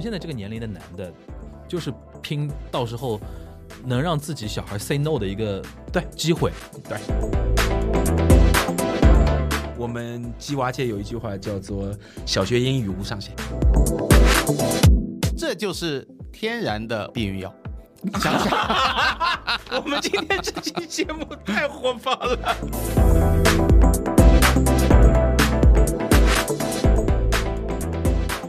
现在这个年龄的男的，就是拼到时候能让自己小孩 say no 的一个对机会。对。我们鸡娃界有一句话叫做“小学英语无上限这就是天然的避孕药。”，我们今天这期节目太火爆了。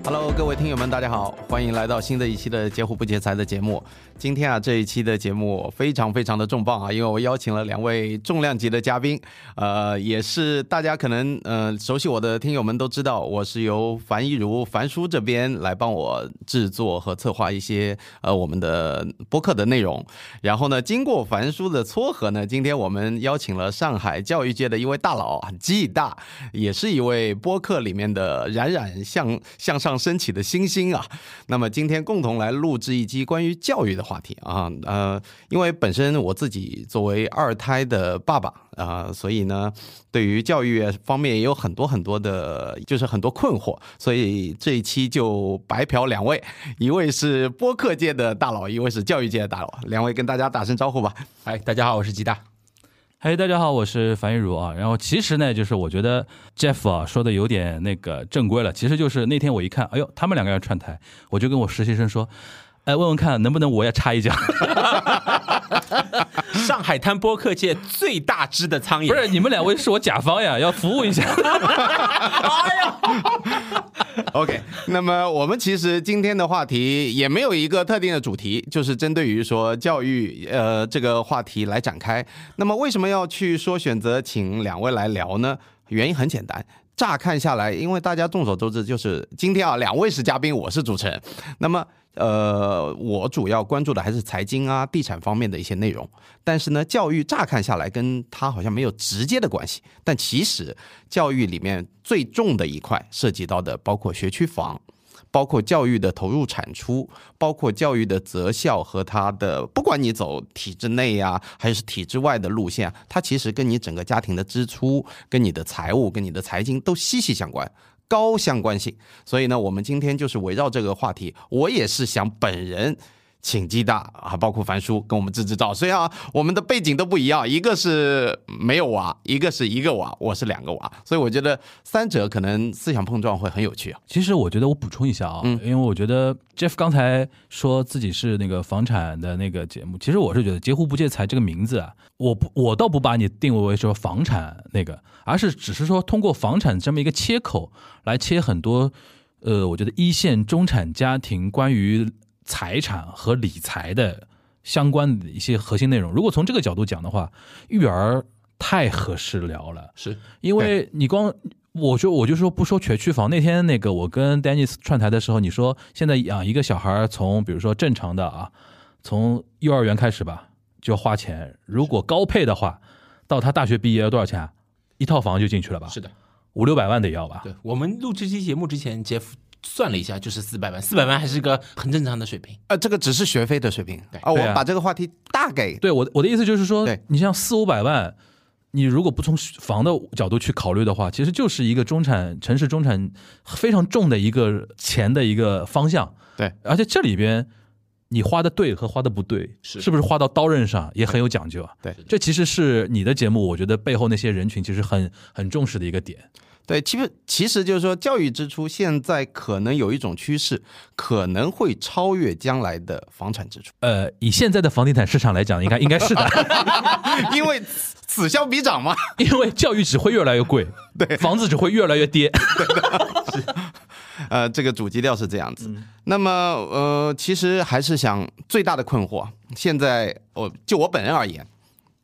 Hello，各位听友们，大家好，欢迎来到新的一期的“截胡不截财”的节目。今天啊，这一期的节目非常非常的重磅啊，因为我邀请了两位重量级的嘉宾，呃，也是大家可能呃熟悉我的听友们都知道，我是由樊一茹、樊叔这边呃来帮我制作和策划一些呃我们的播客的内容。然后呢，经过樊叔的撮合呢，今天我们邀请了上海教育界的一位大佬啊，暨大，也是一位播客里面的冉冉向向上升起的星星啊。那么今天共同来录制一期关于教育的话题啊，呃，因为本身我自己作为二胎的爸爸啊、呃所以呢，对于教育方面也有很多很多的，就是很多困惑，所以这一期就白嫖两位，一位是播客界的大佬，一位是教育界的大佬，两位跟大家打声招呼吧。 哎，大家好，我是鸡大。嘿、大家好，我是樊玉茹啊。然后其实呢，就是我觉得 Jeff 啊说的有点那个正规了，其实就是那天我一看，哎呦，他们两个要串台，我就跟我实习生说，哎，问问看能不能我也插一脚。 上海滩播客界最大只的苍蝇， 不是你们两位是我甲方呀，要服务一 下。 OK，那么我们其实今天的话题也没有一个特定的主题，就是针对于说教育呃这个话题来展开。那么为什么要去说选择请两位来聊呢？原因很简单。乍看下来，因为大家众所周知，就是今天啊，两位是嘉宾，我是主持人。那么，呃，我主要关注的还是财经啊、地产方面的一些内容。但是呢，教育乍看下来跟它好像没有直接的关系，但其实教育里面最重的一块涉及到的，包括学区房，包括教育的投入产出，包括教育的择校和它的，不管你走体制内呀、还是体制外的路线，它其实跟你整个家庭的支出、跟你的财务、跟你的财经都息息相关。高相关性，所以呢，我们今天就是围绕这个话题，我也是想本人请鸡大啊，包括樊叔跟我们支支招。虽然啊，我们的背景都不一样，一个是没有娃，一个是一个娃，我是两个娃，所以我觉得三者可能思想碰撞会很有趣啊。其实我觉得我补充一下啊，因为我觉得 Jeff 刚才说自己是那个房产的那个节目，其实我是觉得“截胡不借财”这个名字啊，我不我倒不把你定位为说房产那个，而是只是说通过房产这么一个切口来切很多，呃，我觉得一线中产家庭关于财产和理财的相关的一些核心内容。如果从这个角度讲的话，育儿太合适聊了。是，因为你光我就我就说不说学区房，那天那个我跟 Dennis 串台的时候，你说现在养一个小孩儿从比如说正常的啊，从幼儿园开始吧，就要花钱，如果高配的话，到他大学毕业要多少钱啊？一套房就进去了吧？是的，五六百万得要吧？对啊我们录这期节目之前，杰夫算了一下，就是四百万，四百万还是个很正常的水平。呃，这个只是学费的水平对啊，我对啊把这个话题大给对，我的我的意思就是说对，你像四五百万，你如果不从房的角度去考虑的话，其实就是一个中产城市中产非常重的一个钱的一个方向。对，而且这里边你花的对和花的不对，是不是花到刀刃上也很有讲究啊？对这其实是你的节目，我觉得背后那些人群其实很很重视的一个点。对，其实其实就是说，教育支出现在可能有一种趋势，可能会超越将来的房产 支出，呃，以现在的房地产市场来讲，应该应该是 的，因为此此消彼长嘛。因为教育只会越来越贵，对，房子只会越来越跌。呃，这个主基调是这样子。那么呃，其实还是想最大的困惑，现在我就我本人而言，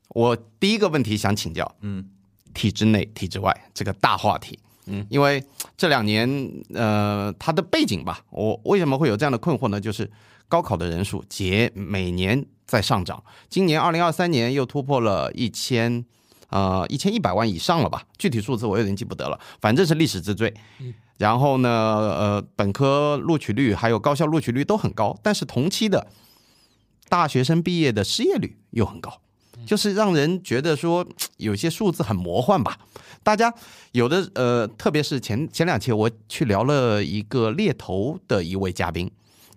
我第一个问题想请教，嗯，体制内、体制外这个大话题。嗯，因为这两年，呃，它的背景吧，我为什么会有这样的困惑呢？就是高考的人数节每年在上涨，今年二零二三年又突破了一千，呃，一千一百万以上了吧？具体数字我有点记不得了，反正是历史之最。然后呢，呃，本科录取率还有高校录取率都很高，但是同期的大学生毕业的失业率又很高，就是让人觉得说有些数字很魔幻吧。 大家有的呃，特别是前前两期我去聊了一个猎头的一位嘉宾，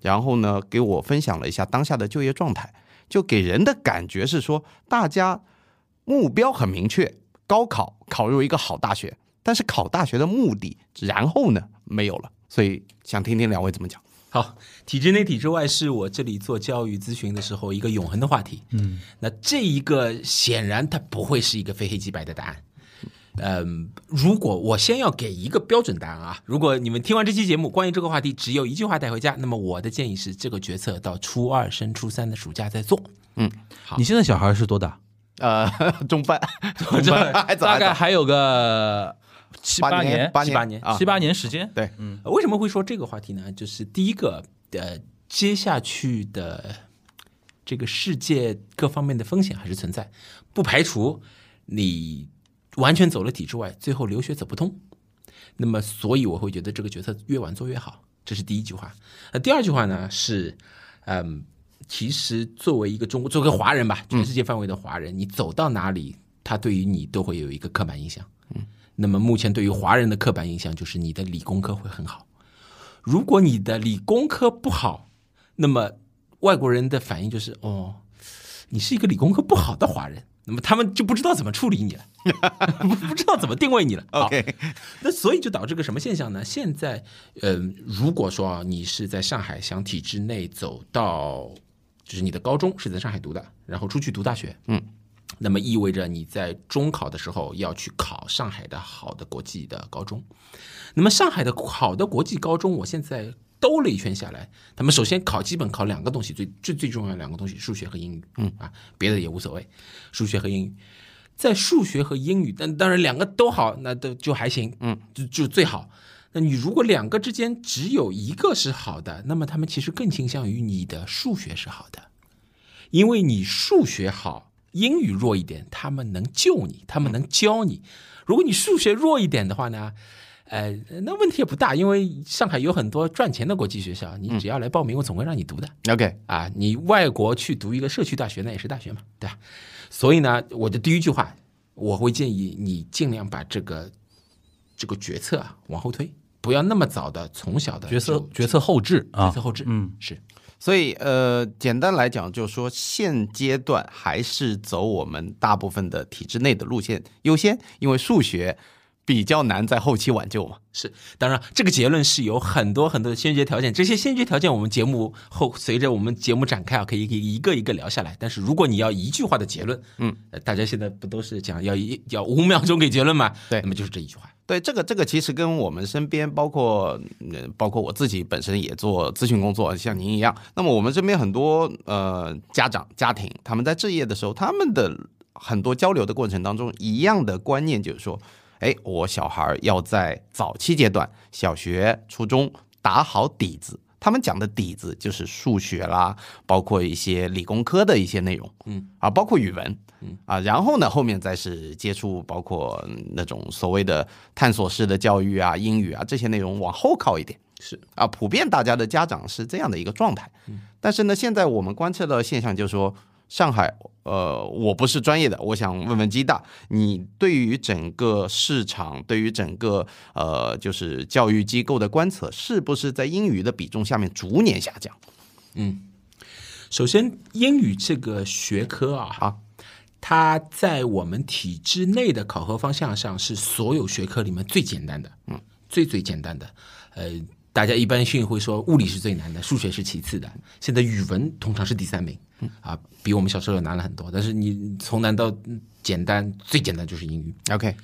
然后呢，给我分享了一下当下的就业状态，就给人的感觉是说，大家目标很明确，高考考入一个好大学，但是考大学的目的，然后呢没有了。所以想听听两位怎么讲。好，体制内、体制外是我这里做教育咨询的时候一个永恒的话题。嗯，那这一个显然它不会是一个非黑即白的答案。嗯，如果我先要给一个标准答案啊，如果你们听完这期节目，关于这个话题只有一句话带回家，那么我的建议是，这个决策到初二升初三的暑假再做。好你现在小孩是多大？呃，中班， 中这班还早，大还概早还有个七八年、八七年，八年啊七，八年时间。对，呃为什么会说这个话题呢？就是第一个，呃，接下去的这个世界各方面的风险还是存在，不排除你完全走了体制外，最后留学走不通。那么，所以我会觉得这个决策越晚做越好，这是第一句话。那第二句话呢是，嗯，其实作为一个中国，作为一个华人吧，全世界范围的华人，你走到哪里，他对于你都会有一个刻板印象。那么目前对于华人的刻板印象就是你的理工科会很好。如果你的理工科不好，那么外国人的反应就是哦，你是一个理工科不好的华人，那么他们就不知道怎么处理你了， 不不知道怎么定位你了。好嗯 OK 那所以就导致个什么现象呢？现在，嗯、如果说啊，你是在上海想体制内走到，就是你的高中是在上海读的，然后出去读大学，嗯，那么意味着你在中考的时候要去考上海的好的国际的高中。那么上海的好的国际高中，我现在兜了一圈下来，他们首先考基本考两个东西，最最最重要的两个东西，数学和英语，嗯啊，别的也无所谓，数学和英语。在数学和英语，但当然两个都好，那都就还行，嗯，就就最好。那你如果两个之间只有一个是好的，那么他们其实更倾向于你的数学是好的，因为你数学好，英语弱一点，他们能救你，他们能教你。如果你数学弱一点的话呢，呃，那问题也不大，因为上海有很多赚钱的国际学校，你只要来报名，我总会让你读的。 OK，啊，你外国去读一个社区大学，那也是大学嘛，对吧？所以呢，我的第一句话，我会建议你尽量把这个这个决策啊往后推，不要那么早的从小的决策就决策后置啊决策，后置，嗯，是所以呃，简单来讲，就是说现阶段还是走我们大部分的体制内的路线优先，因为数学比较难在后期挽救嘛。是。当然，这个结论是有很多很多的先决条件，这些先决条件我们节目后随着我们节目展开啊，可以可以一个一个聊下来。但是如果你要一句话的结论，嗯、大家现在不都是讲要一要五秒钟给结论嘛？对那么就是这一句话。对，这个这个其实跟我们身边，包括嗯包括我自己本身也做咨询工作，像您一样。那么我们身边很多呃家长家庭，他们在置业的时候，他们的很多交流的过程当中，一样的观念就是说，哎，我小孩儿要在早期阶段，小学、初中打好底子。他们讲的底子就是数学啦，包括一些理工科的一些内容，嗯啊，包括语文，嗯啊，然后呢，后面再是接触包括嗯那种所谓的探索式的教育啊、英语啊这些内容往后靠一点。是嗯啊，普遍大家的家长是这样的一个状态。但是呢，现在我们观测到的现象就是说，上海，呃，我不是专业的，我想问问基大，你对于整个市场，对于整个呃，就是教育机构的观测，是不是在英语的比重下面逐年下降？首先，英语这个学科啊，啊它在我们体制内的考核方向上是所有学科里面最简单的，嗯，最最简单的。呃，大家一般性会说物理是最难的，数学是其次的，现在语文通常是第三名，啊，比我们小时候要难了很多。但是你从难到嗯简单，最简单就是英语。 OK，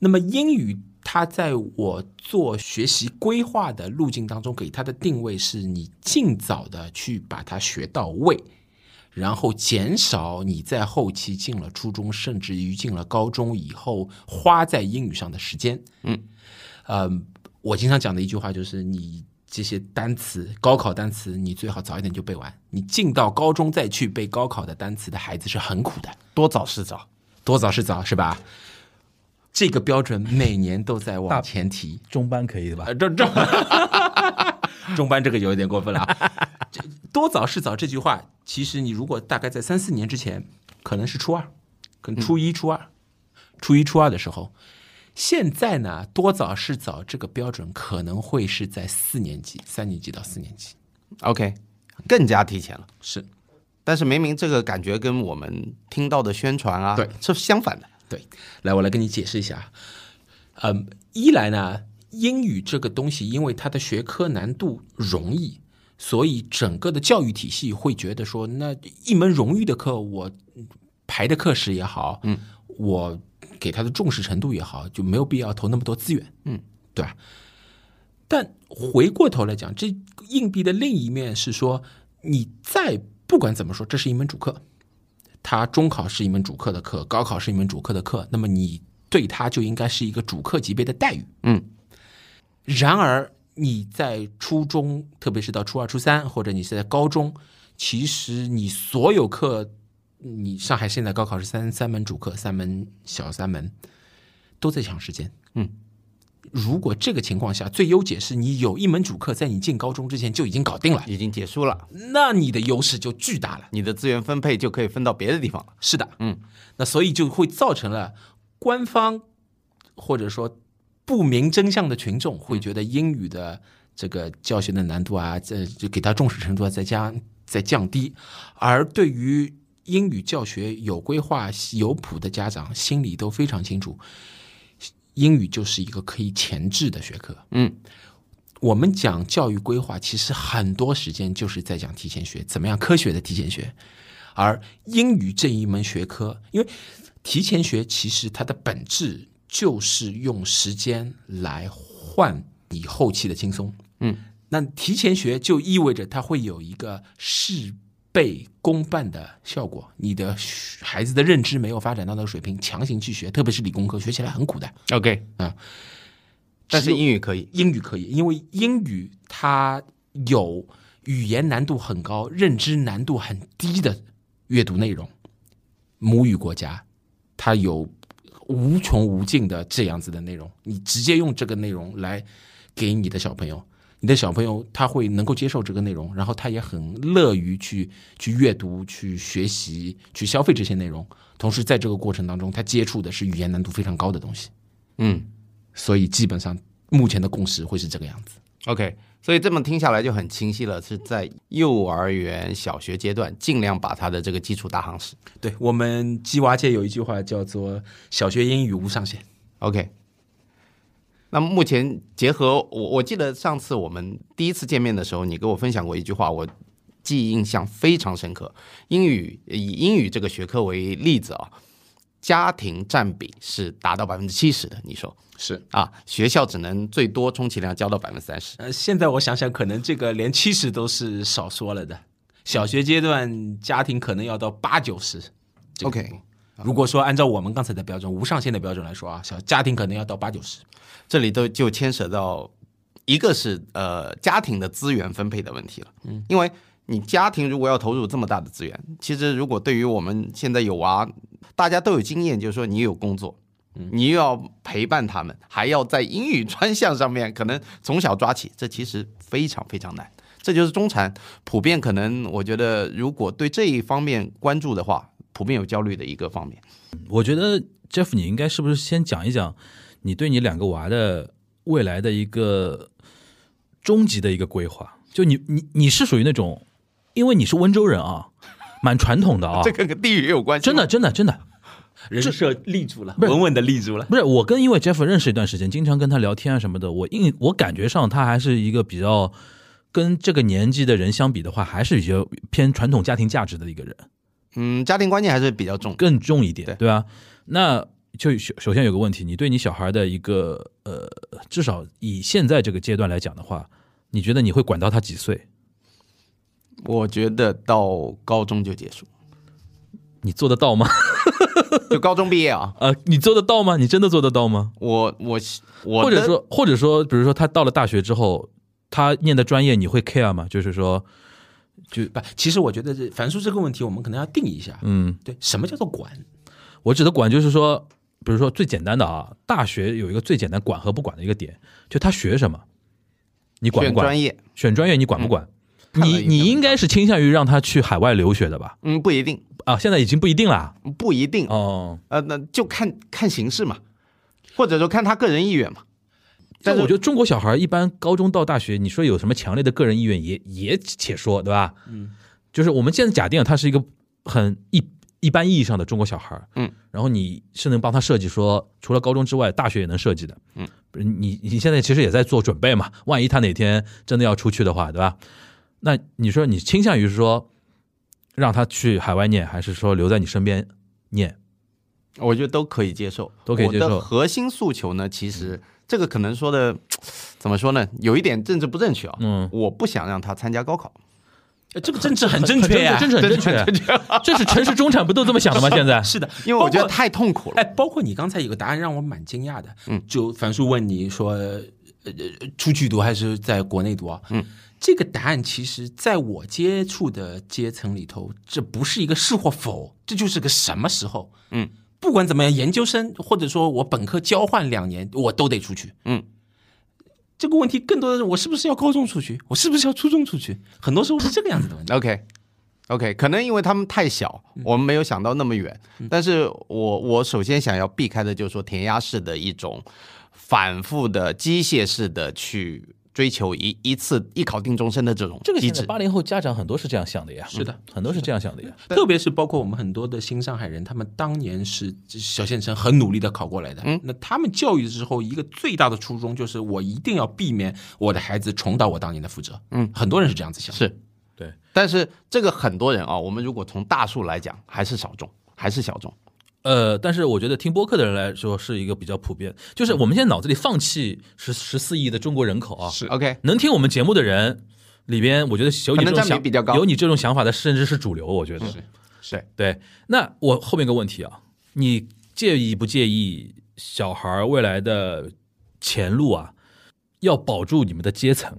那么英语它在我做学习规划的路径当中，给它的定位是你尽早的去把它学到位，然后减少你在后期进了初中，甚至于进了高中以后花在英语上的时间。嗯，呃，我经常讲的一句话就是你。这些单词，高考单词，你最好早一点就背完。你进到高中再去背高考的单词的孩子是很苦的。多早是早。多早是早是吧？这个标准每年都在往前提，中班可以的吧呃，？这这 中班这个有一点过分了啊。这多早是早这句话，其实你如果大概在三四年之前，可能是初二，可能初一、初二、初一、初二的时候。现在呢，多早是早这个标准可能会是在四年级、三年级到四年级。 OK，更加提前了。是但是明明这个感觉跟我们听到的宣传啊，对，是相反的。对。来，我来跟你解释一下。啊嗯，一来呢，英语这个东西，因为它的学科难度容易，所以整个的教育体系会觉得说，那一门荣誉的课，我排的课时也好，嗯，我给他的重视程度也好，就没有必要投那么多资源，嗯，对吧？但回过头来讲，这硬币的另一面是说，你再不管怎么说，这是一门主课，它中考是一门主课的课，高考是一门主课的课，那么你对它就应该是一个主课级别的待遇。嗯，然而你在初中，特别是到初二、初三，或者你是在高中，其实你所有课，你上海现在高考是三三门主课，三门小三门，都在抢时间。嗯。如果这个情况下，最优解是你有一门主课在你进高中之前就已经搞定了，已经结束了，那你的优势就巨大了。你的资源分配就可以分到别的地方了。是的，嗯，那所以就会造成了官方或者说不明真相的群众会觉得英语的这个教学的难度啊，这就给他重视程度啊，再加再降低，而对于英语教学有规划、有谱的家长心里都非常清楚，英语就是一个可以前置的学科。嗯，我们讲教育规划，其实很多时间就是在讲提前学，怎么样科学的提前学。而英语这一门学科，因为提前学其实它的本质就是用时间来换你后期的轻松。嗯，那提前学就意味着它会有一个事倍功半的效果，你的学孩子的认知没有发展到那个水平，强行去学，特别是理工科，学起来很苦的。 OK 啊，但是只有英语可以。英语可以，因为英语它有语言难度很高、认知难度很低的阅读内容。母语国家，它有无穷无尽的这样子的内容，你直接用这个内容来给你的小朋友，你的小朋友他会能够接受这个内容，然后他也很乐于去去阅读、去学习、去消费这些内容。同时，在这个过程当中，他接触的是语言难度非常高的东西。嗯所以基本上目前的共识会是这个样子。 ，OK。所以这么听下来就很清晰了，是在幼儿园、小学阶段尽量把他的这个基础打夯实。对我们鸡娃界有一句话叫做“小学英语无上限 OK。那目前结合我，我记得上次我们第一次见面的时候，你给我分享过一句话，我记忆印象非常深刻。英语以英语这个学科为例子啊，家庭占比是达到百分之七十的，你说”，是。啊，学校只能最多充其量教到百分之三十。呃，现在我想想，可能这个连七十都是少说了的。小学阶段家庭可能要到八九十。这个 OK 地步如果说按照我们刚才的标准，无上限的标准来说啊，小家庭可能要到八九十。这里都就牵扯到一个是呃家庭的资源分配的问题了，嗯，因为你家庭如果要投入这么大的资源，其实如果对于我们现在有娃，大家都有经验，就是说你有工作。嗯你又要陪伴他们，还要在英语专项上面可能从小抓起，这其实非常非常难。这就是中产普遍可能，我觉得如果对这一方面关注的话，普遍有焦虑的一个方面。，我觉得 Jeff，你应该是不是先讲一讲你对你两个娃的未来的一个终极的一个规划？就你你你是属于那种，因为你是温州人啊，蛮传统的啊这个跟地域也有关系，真的真的真的人设立住了，不是稳稳的立住了。不是我跟因为 Jeff 认识一段时间，经常跟他聊天啊什么的，我印我感觉上他还是一个比较跟这个年纪的人相比的话，还是有些偏传统家庭价值的一个人。嗯，家庭观念还是比较重。更重一点，对对吧？那就首首先有个问题，你对你小孩的一个呃，至少以现在这个阶段来讲的话，你觉得你会管到他几岁？我觉得到高中就结束， 你做得到吗？ 就高中毕业啊。呃，你做得到吗？你真的做得到吗？我我我或的者说，或者说，比如说他到了大学之后，他念的专业你会 care 吗？就是说，不，其实我觉得这樊叔这个问题，我们可能要定义一下。嗯，对，什么叫做管？我指的管就是说，比如说最简单的啊，大学有一个最简单管和不管的一个点，就他学什么，你管选不管？专业，嗯选专业你管不管？看了一你篇你文应该章是倾向于让他去海外留学的吧？嗯，不一定，啊，现在已经不一定了。不一定，哦，呃，那就看看形势嘛，或者说看他个人意愿嘛。但但是是我觉得中国小孩一般高中到大学，你说有什么强烈的个人意愿也也且说，对吧？嗯，就是我们现在假定他是一个很一一般意义上的中国小孩，嗯，然后你是能帮他设计说，除了高中之外，大学也能设计的，嗯，你你现在其实也在做准备嘛，万一他哪天真的要出去的话，对吧？那你说你倾向于是说让他去海外念，还是说留在你身边念？我觉得都可以接受，都可以接受嗯我的核心诉求呢，其实这个可能说的怎么说呢，有一点政治不正确啊。嗯，我不想让他参加高考，呃这个政治很正确呀、真是很正确，这是城市中产不都这么想的吗？现在是的，因为我觉包括得太痛苦哎，了。包括你刚才有个答案让我蛮惊讶的，嗯，就樊叔问你说，呃，呃出去读还是在国内读啊？嗯，这个答案其实在我接触的阶层里头，这不是一个是或否，这就是个什么时候？嗯，不管怎么样，研究生或者说我本科交换两年，我都得出去。嗯，这个问题更多的是我是不是要高中出去，我是不是要初中出去？很多时候是这个样子的问题。 OK。OK，可能因为他们太小，嗯我们没有想到那么远。但是我我首先想要避开的就是说填鸭式的一种反复的机械式的去追求一一次一考定终身的这种这个机现在制。八零后家长很多是这样想的呀，嗯是的，很多是这样想的呀。特别是包括我们很多的新上海人，他们当年是小县城很努力的考过来的。嗯，那他们教育的时候，一个最大的初衷就是我一定要避免我的孩子重蹈我当年的覆辙。嗯，很多人是这样子想。是，对。但是这个很多人啊、我们如果从大数来讲，还是少众，还是小众。呃，但是我觉得听播客的人来说是一个比较普遍，就是我们现在脑子里放弃十十四亿的中国人口啊，是 OK，能听我们节目的人里边，我觉得有你这可能种占比想比较高有你这种想法的甚至是主流，我觉得是是对。那我后面一个问题啊，你介意不介意小孩儿未来的前路啊，要保住你们的阶层？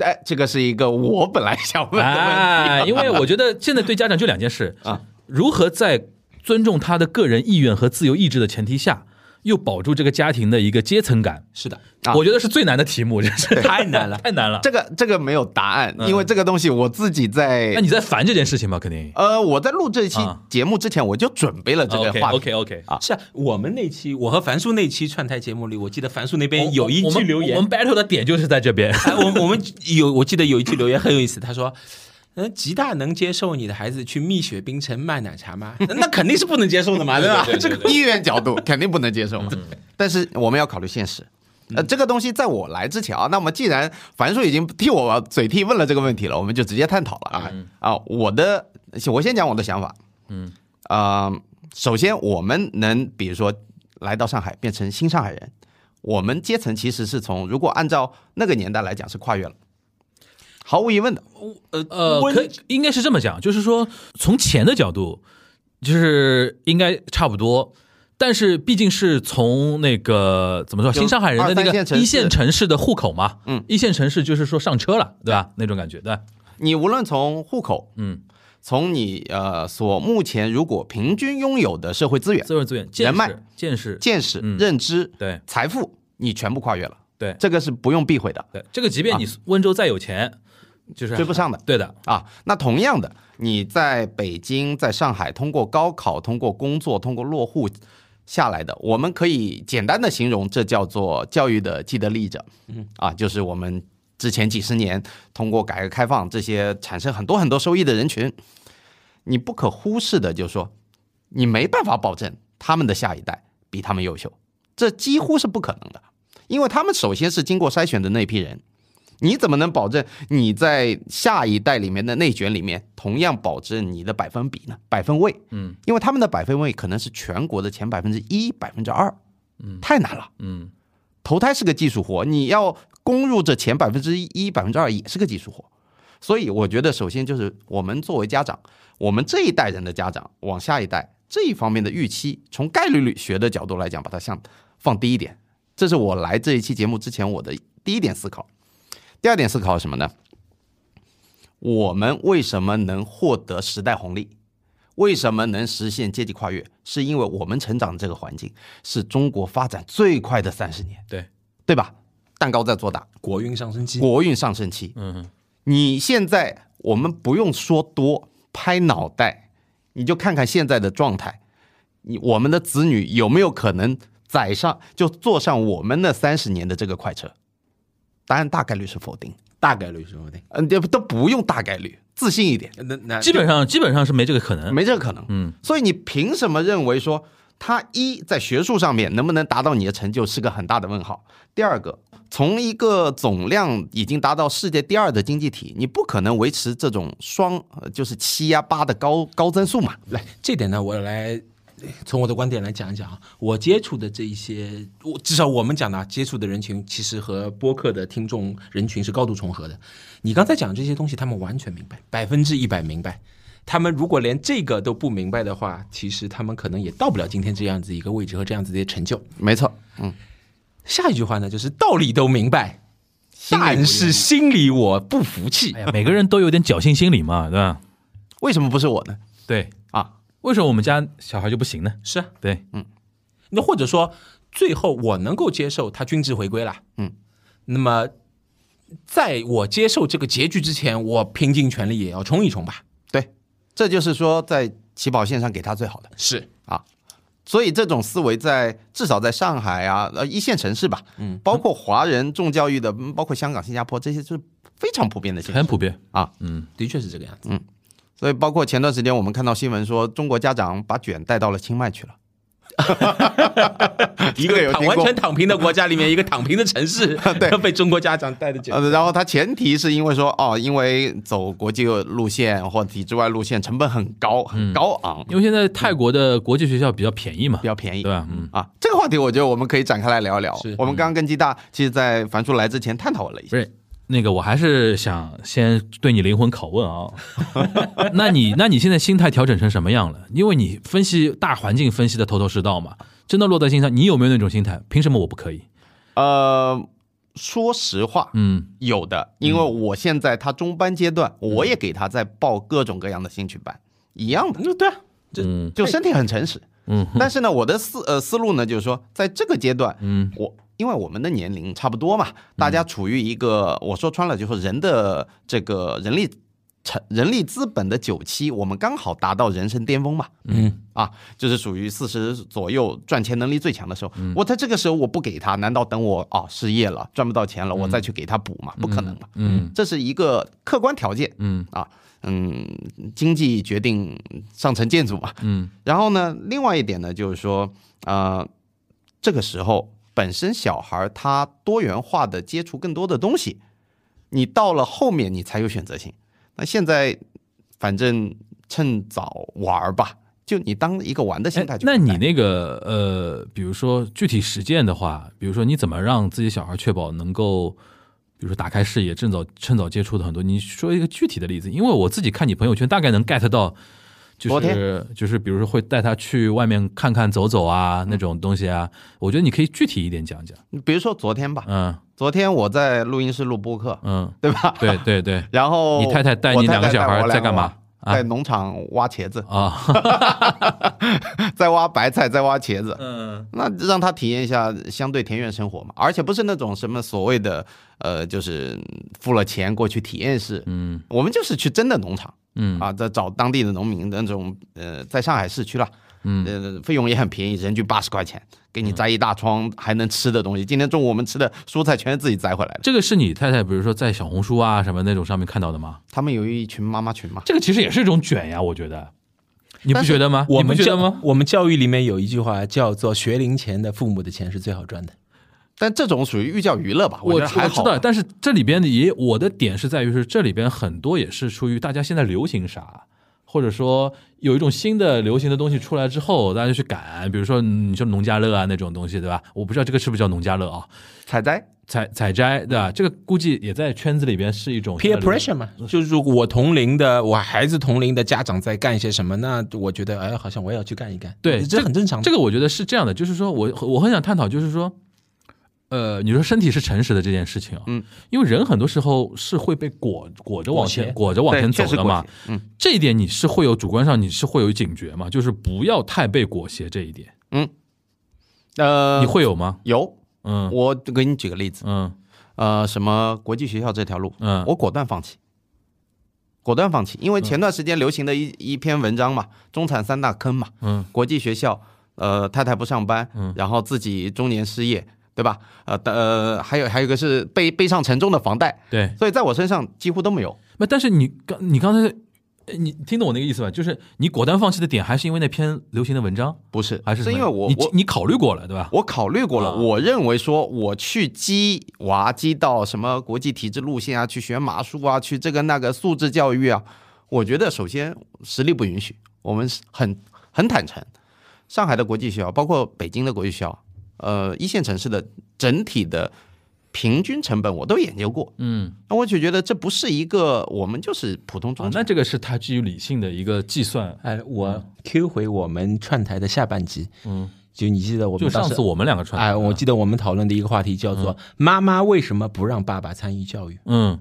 哎，这个是一个我本来想问的问题。哎，因为我觉得现在对家长就两件事啊，如何在尊重他的个人意愿和自由意志的前提下，又保住这个家庭的一个阶层感，是的，啊我觉得是最难的题目，这 是太难了太难了。这个这个没有答案，嗯因为这个东西我自己在那你在烦这件事情吗？肯定。呃，我在录这期啊节目之前，我就准备了这个话题。 OK OK。啊是啊我们那期我和樊叔那期串台节目里，我记得樊叔那边有一我句们留我 言们，battle 的点就是在这边。哎，我们我们有我记得有一句留言很有意思，他说。嗯，吉大能接受你的孩子去蜜雪冰城卖奶茶吗？那肯定是不能接受的嘛，对嗯 吧？这个意愿角度肯定不能接受嘛。但是我们要考虑现实。嗯呃，这个东西在我来之前啊，那么既然樊叔已经替我嘴替问了这个问题了，我们就直接探讨了啊、嗯啊！我的我先讲我的想法，嗯呃，首先我们能比如说来到上海变成新上海人，我们阶层其实是从如果按照那个年代来讲是跨越了，毫无疑问的，呃呃，温可以应该是这么讲，就是说从钱的角度，就是应该差不多。但是毕竟是从那个怎么说，就新上海人的那个二三线城市一线城市的户口嘛，嗯，一线城市就是说上车了，对吧？那种感觉，对吧？你无论从户口，嗯，从你呃所目前如果平均拥有的社会资源、资源资源，见人脉识见识，见识、嗯认知、对财富，你全部跨越了，对这个是不用避讳的，对，这个即啊便你温州再有钱，就是追不上的对的，啊。那同样的，你在北京、在上海通过高考、通过工作、通过落户下来的，我们可以简单的形容，这叫做教育的既得利益者，嗯啊，就是我们之前几十年通过改革开放这些产生很多很多收益的人群，你不可忽视的就是说，你没办法保证他们的下一代比他们优秀，这几乎是不可能的，因为他们首先是经过筛选的那批人，你怎么能保证你在下一代里面的内卷里面同样保证你的百分比呢？百分位，嗯，因为他们的百分位可能是全国的前百分之一、百分之二，嗯，太难了。嗯，投胎是个技术活，你要攻入这前百分之一、百分之二也是个技术活。所以我觉得，首先就是我们作为家长，我们这一代人的家长往下一代这一方面的预期，从概率学的角度来讲，把它向放低一点。这是我来这一期节目之前我的第一点思考。第二点思考是什么呢？我们为什么能获得时代红利？为什么能实现阶级跨越？是因为我们成长的这个环境是中国发展最快的三十年。对，对吧？蛋糕在做大，国运上升期，国运上升期。嗯，你现在我们不用说多，拍脑袋，你就看看现在的状态，你我们的子女有没有可能载上就坐上我们那三十年的这个快车？答案大概率是否定。大概率是否定。嗯，都都不用大概率，自信一点，那那基本上基本上是没这个可能。啊没这个可能。嗯，所以你凭什么认为说他一在学术上面能不能达到你的成就是个很大的问号？第二个，从一个总量已经达到世界第二的经济体，你不可能维持这种双呃就是七呀八的高高增速嘛？来这点呢，我来从我的观点来讲一讲啊。我接触的这一些，我至少我们讲的啊接触的人群，其实和播客的听众人群是高度重合的。你刚才讲这些东西，他们完全明白，百分之一百明白。他们如果连这个都不明白的话，其实他们可能也到不了今天这样子一个位置和这样子的成就。没错，嗯下一句话呢，就是道理都明白，心里不一样但是心里我不服气哎。呀，每个人都有点侥幸心理嘛，对吧？为什么不是我呢？对，啊，为什么我们家小孩就不行呢？是啊，对，那或者说，最后我能够接受他均值回归了，嗯，那么在我接受这个结局之前，我拼尽全力也要冲一冲吧。对，这就是说在起跑线上给他最好的。是，所以这种思维在至少在上海啊，呃一线城市吧，嗯，包括华人重教育的，嗯包括香港、新加坡这些是非常普遍的现象很普遍。嗯啊。的确是这个样子。所以包括前段时间我们看到新闻说，中国家长把卷带到了清迈去了。一个有躺听完过全，躺平的国家里面，一个躺平的城 市，对， 被中国家长带着卷。呃，然后他前提是因为说哦，因为走国际路线或体制外路线成本很高，很高昂，因为现在泰国的国际学校比较便宜嘛比，较便宜，对吧？嗯，啊，这个话题我觉得我们可以展开来聊一聊是。我们刚刚跟鸡大其实，在樊叔来之前探讨了一不下，是那个，我还是想先对你灵魂拷问啊、 那你那你现在心态调整成什么样了？因为你分析大环境分析的头头是道嘛，真的落在心上，你有没有那种心态？凭什么我不可以？呃，说实话，嗯，有的，因为我现在他中班阶段，我也给他在报各种各样的兴趣班，一样的，嗯，对啊，这嗯就身体很诚实。嗯，但是呢，我的思呃思路呢，就是说，在这个阶段，嗯，我因为我们的年龄差不多嘛，嗯大家处于一个我说穿了，就是人的这个人力成人力资本的九期，我们刚好达到人生巅峰嘛，嗯，啊，就是属于四十左右赚钱能力最强的时候。嗯我在这个时候我不给他，难道等我啊失业了赚不到钱了，我再去给他补嘛？不可能嘛。嗯，这是一个客观条件。嗯啊，嗯，经济决定上层建筑嘛。嗯，然后呢，另外一点呢，就是说，呃，这个时候本身小孩儿他多元化的接触更多的东西，你到了后面你才有选择性。那现在反正趁早玩儿吧，就你当一个玩的心态哎去那看待、你那个呃，比如说具体实践的话，比如说你怎么让自己小孩确保能够，比如说打开视野，趁早趁早接触的很多，你说一个具体的例子，因为我自己看你朋友圈，大概能 get 到。就昨是就是，比如说会带他去外面看看走走啊，那种东西啊，我觉得你可以具体一点讲讲。比如说昨天吧，嗯昨天我在录音室录播客，嗯，啊对吧？对对对，然后你太太带我你两个太太小带孩我在两干个嘛娃？在农场挖茄子， 啊，在挖白菜，在挖茄子。嗯那让他体验一下相对田园生活嘛，而且不是那种什么所谓的呃，就是付了钱过去体验式，嗯我们就是去真的农场嗯啊，在找当地的农民的那种呃，在上海市区啦，嗯呃，费用也很便宜，人均八十块钱，给你摘一大筐还能吃的东西。今天中午我们吃的蔬菜全是自己摘回来的。这个是你太太，比如说在小红书啊什么那种上面看到的吗？他们有一群妈妈群嘛，这个其实也是一种卷呀，我觉得，你不但是觉得吗？我你不们觉教得吗？我们教育里面有一句话叫做“学龄前的父母的钱是最好赚的但这种属于寓教于乐吧，我觉得还我知好。道，但是这里边的也我的点是在于是这里边很多也是出于大家现在流行啥，或者说有一种新的流行的东西出来之后，大家就去赶，比如说嗯你说农家乐啊那种东西，对吧？我不知道这个是不是叫农家乐啊，采摘，采采摘，对吧？这个估计也在圈子里边是一种 ”，peer 现在流 pressure 嘛，就是如果我同龄的我孩子同龄的家长在干一些什么，那我觉得哎，好像我也要去干一干，对这很正常的。这个我觉得是这样的，就是说我我很想探讨，就是说，呃，你说身体是诚实的这件事情啊，嗯，因为人很多时候是会被裹裹着往前裹着往对，前确走实的过嘛节，，嗯这一点你是会有主观上你是会有警觉嘛，就是不要太被裹挟这一点，呃，你会有吗？有，嗯我给你举个例子，嗯呃，什么国际学校这条路，嗯我果断放弃，果断放弃，因为前段时间流行的一一篇文章嘛，中产三大坑嘛，嗯国际学校、呃，太太不上班，然后自己中年失业，对吧？呃呃，还有还有一个是背背上沉重的房贷，对，所以在我身上几乎都没有。那但是你刚你刚才，呃你听懂我那个意思吧？就是你果断放弃的点，还是因为那篇流行的文章，不是，还是是什因么为我你我你考虑过了，对吧？我考虑过了，啊我认为说我去激娃激到什么国际体制路线啊，去学马术啊，去这个那个素质教育啊，我觉得首先实力不允许，我们是很很坦诚，上海的国际学校，包括北京的国际学校，呃，一线城市的整体的平均成本我都研究过，嗯，那我就觉得这不是一个我们就是普通啊中，产，那这个是他基于理性的一个计算。哎，我 Q 回我们串台的下半集，嗯，就你记得我就们当上时次我们嗯两个传，哎，我记得我们讨论的一个话题叫做“妈妈为什么不让爸爸参与教育嗯”，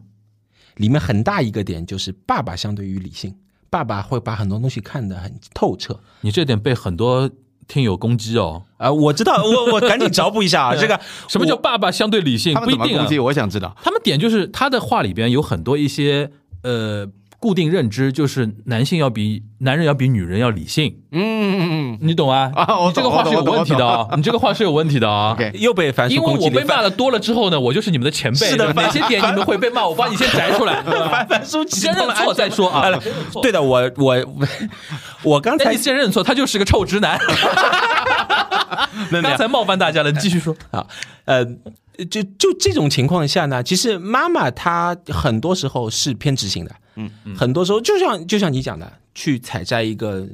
里面很大一个点就是爸爸相对于理性，爸爸会把很多东西看得很透彻。你这点被很多听友攻击哦。啊、我知道，我我赶紧找补一 下啊，这个嗯什么叫爸爸相对理性？他不们一怎么定啊攻。击？我想知道。他们点就是他的话里边有很多一些呃固定认知，就是男性要比男人要比女人要理性，嗯嗯嗯你懂啊？啊我懂你这个话是有问题的啊、你这个话是有问题的啊、 ，OK。又被樊叔因为攻击我了被一番。骂的多了之后呢，我就是你们的前辈，是的对吧哪反些点你们会被骂，我帮你先摘 出来，对吧 樊樊叔先认错再说啊哎。对的，我 我我刚那才你先认错，他就是个臭直 男。没有没有刚才冒犯大家了，你啊继续说。啊，呃，就就这种情况下呢，其实妈妈她很多时候是偏执行的，嗯，很多时候就像就像你讲的，去采摘一个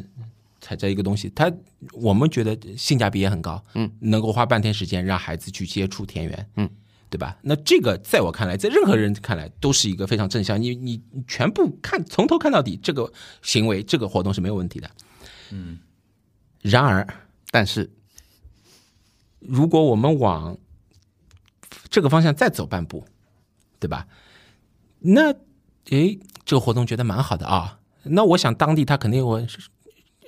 采摘一个东西，它我们觉得性价比也很高，嗯，能够花半天时间让孩子去接触田园，嗯。对吧？那这个在我看来，在任何人看来都是一个非常正向。你你你全部看从头看到底，这个行为这个活动是没有问题的。嗯。然而，但是如果我们往这个方向再走半步，对吧？那诶，这个活动觉得蛮好的啊。那我想当地他肯定我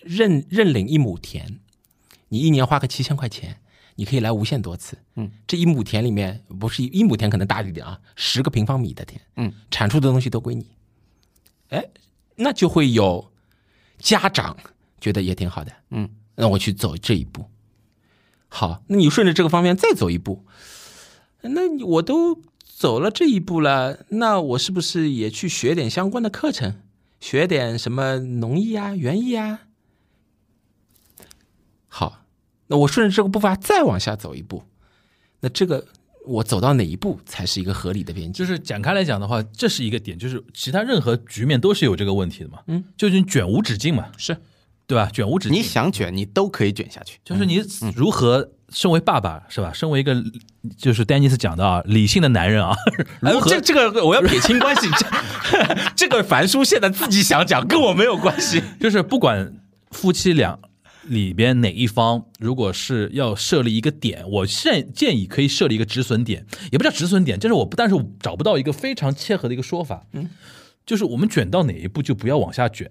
认认领一亩田，你一年花个七千块钱，你可以来无限多次。嗯，这一亩田里面不是一一亩田可能大一点啊，十个平方米的田，嗯，产出的东西都归你。哎，那就会有家长觉得也挺好的，嗯，那我去走这一步。好，那你顺着这个方面再走一步，那你我都走了这一步了，那我是不是也去学点相关的课程，学点什么农艺啊、园艺啊？好，那我顺着这个步伐再往下走一步，那这个我走到哪一步才是一个合理的边 界？就是展开来讲的话，这是一个点，就是其他任何局面都是有这个问题的嘛。嗯，就是你卷无止境嘛，是对吧？卷无止境，你想卷，你都可以卷下去。就是你如何身为爸爸是吧？身为一个就是丹尼斯讲的啊，理性的男人啊， 如何哎这这个我要撇清关系，这这个樊叔现在自己想讲，跟我没有关系。就是不管夫妻俩里边哪一方，如果是要设立一个点，我现建议可以设立一个止损点，也不叫止损点，就是我不但是我找不到一个非常切合的一个说法，嗯，就是我们卷到哪一步就不要往下卷。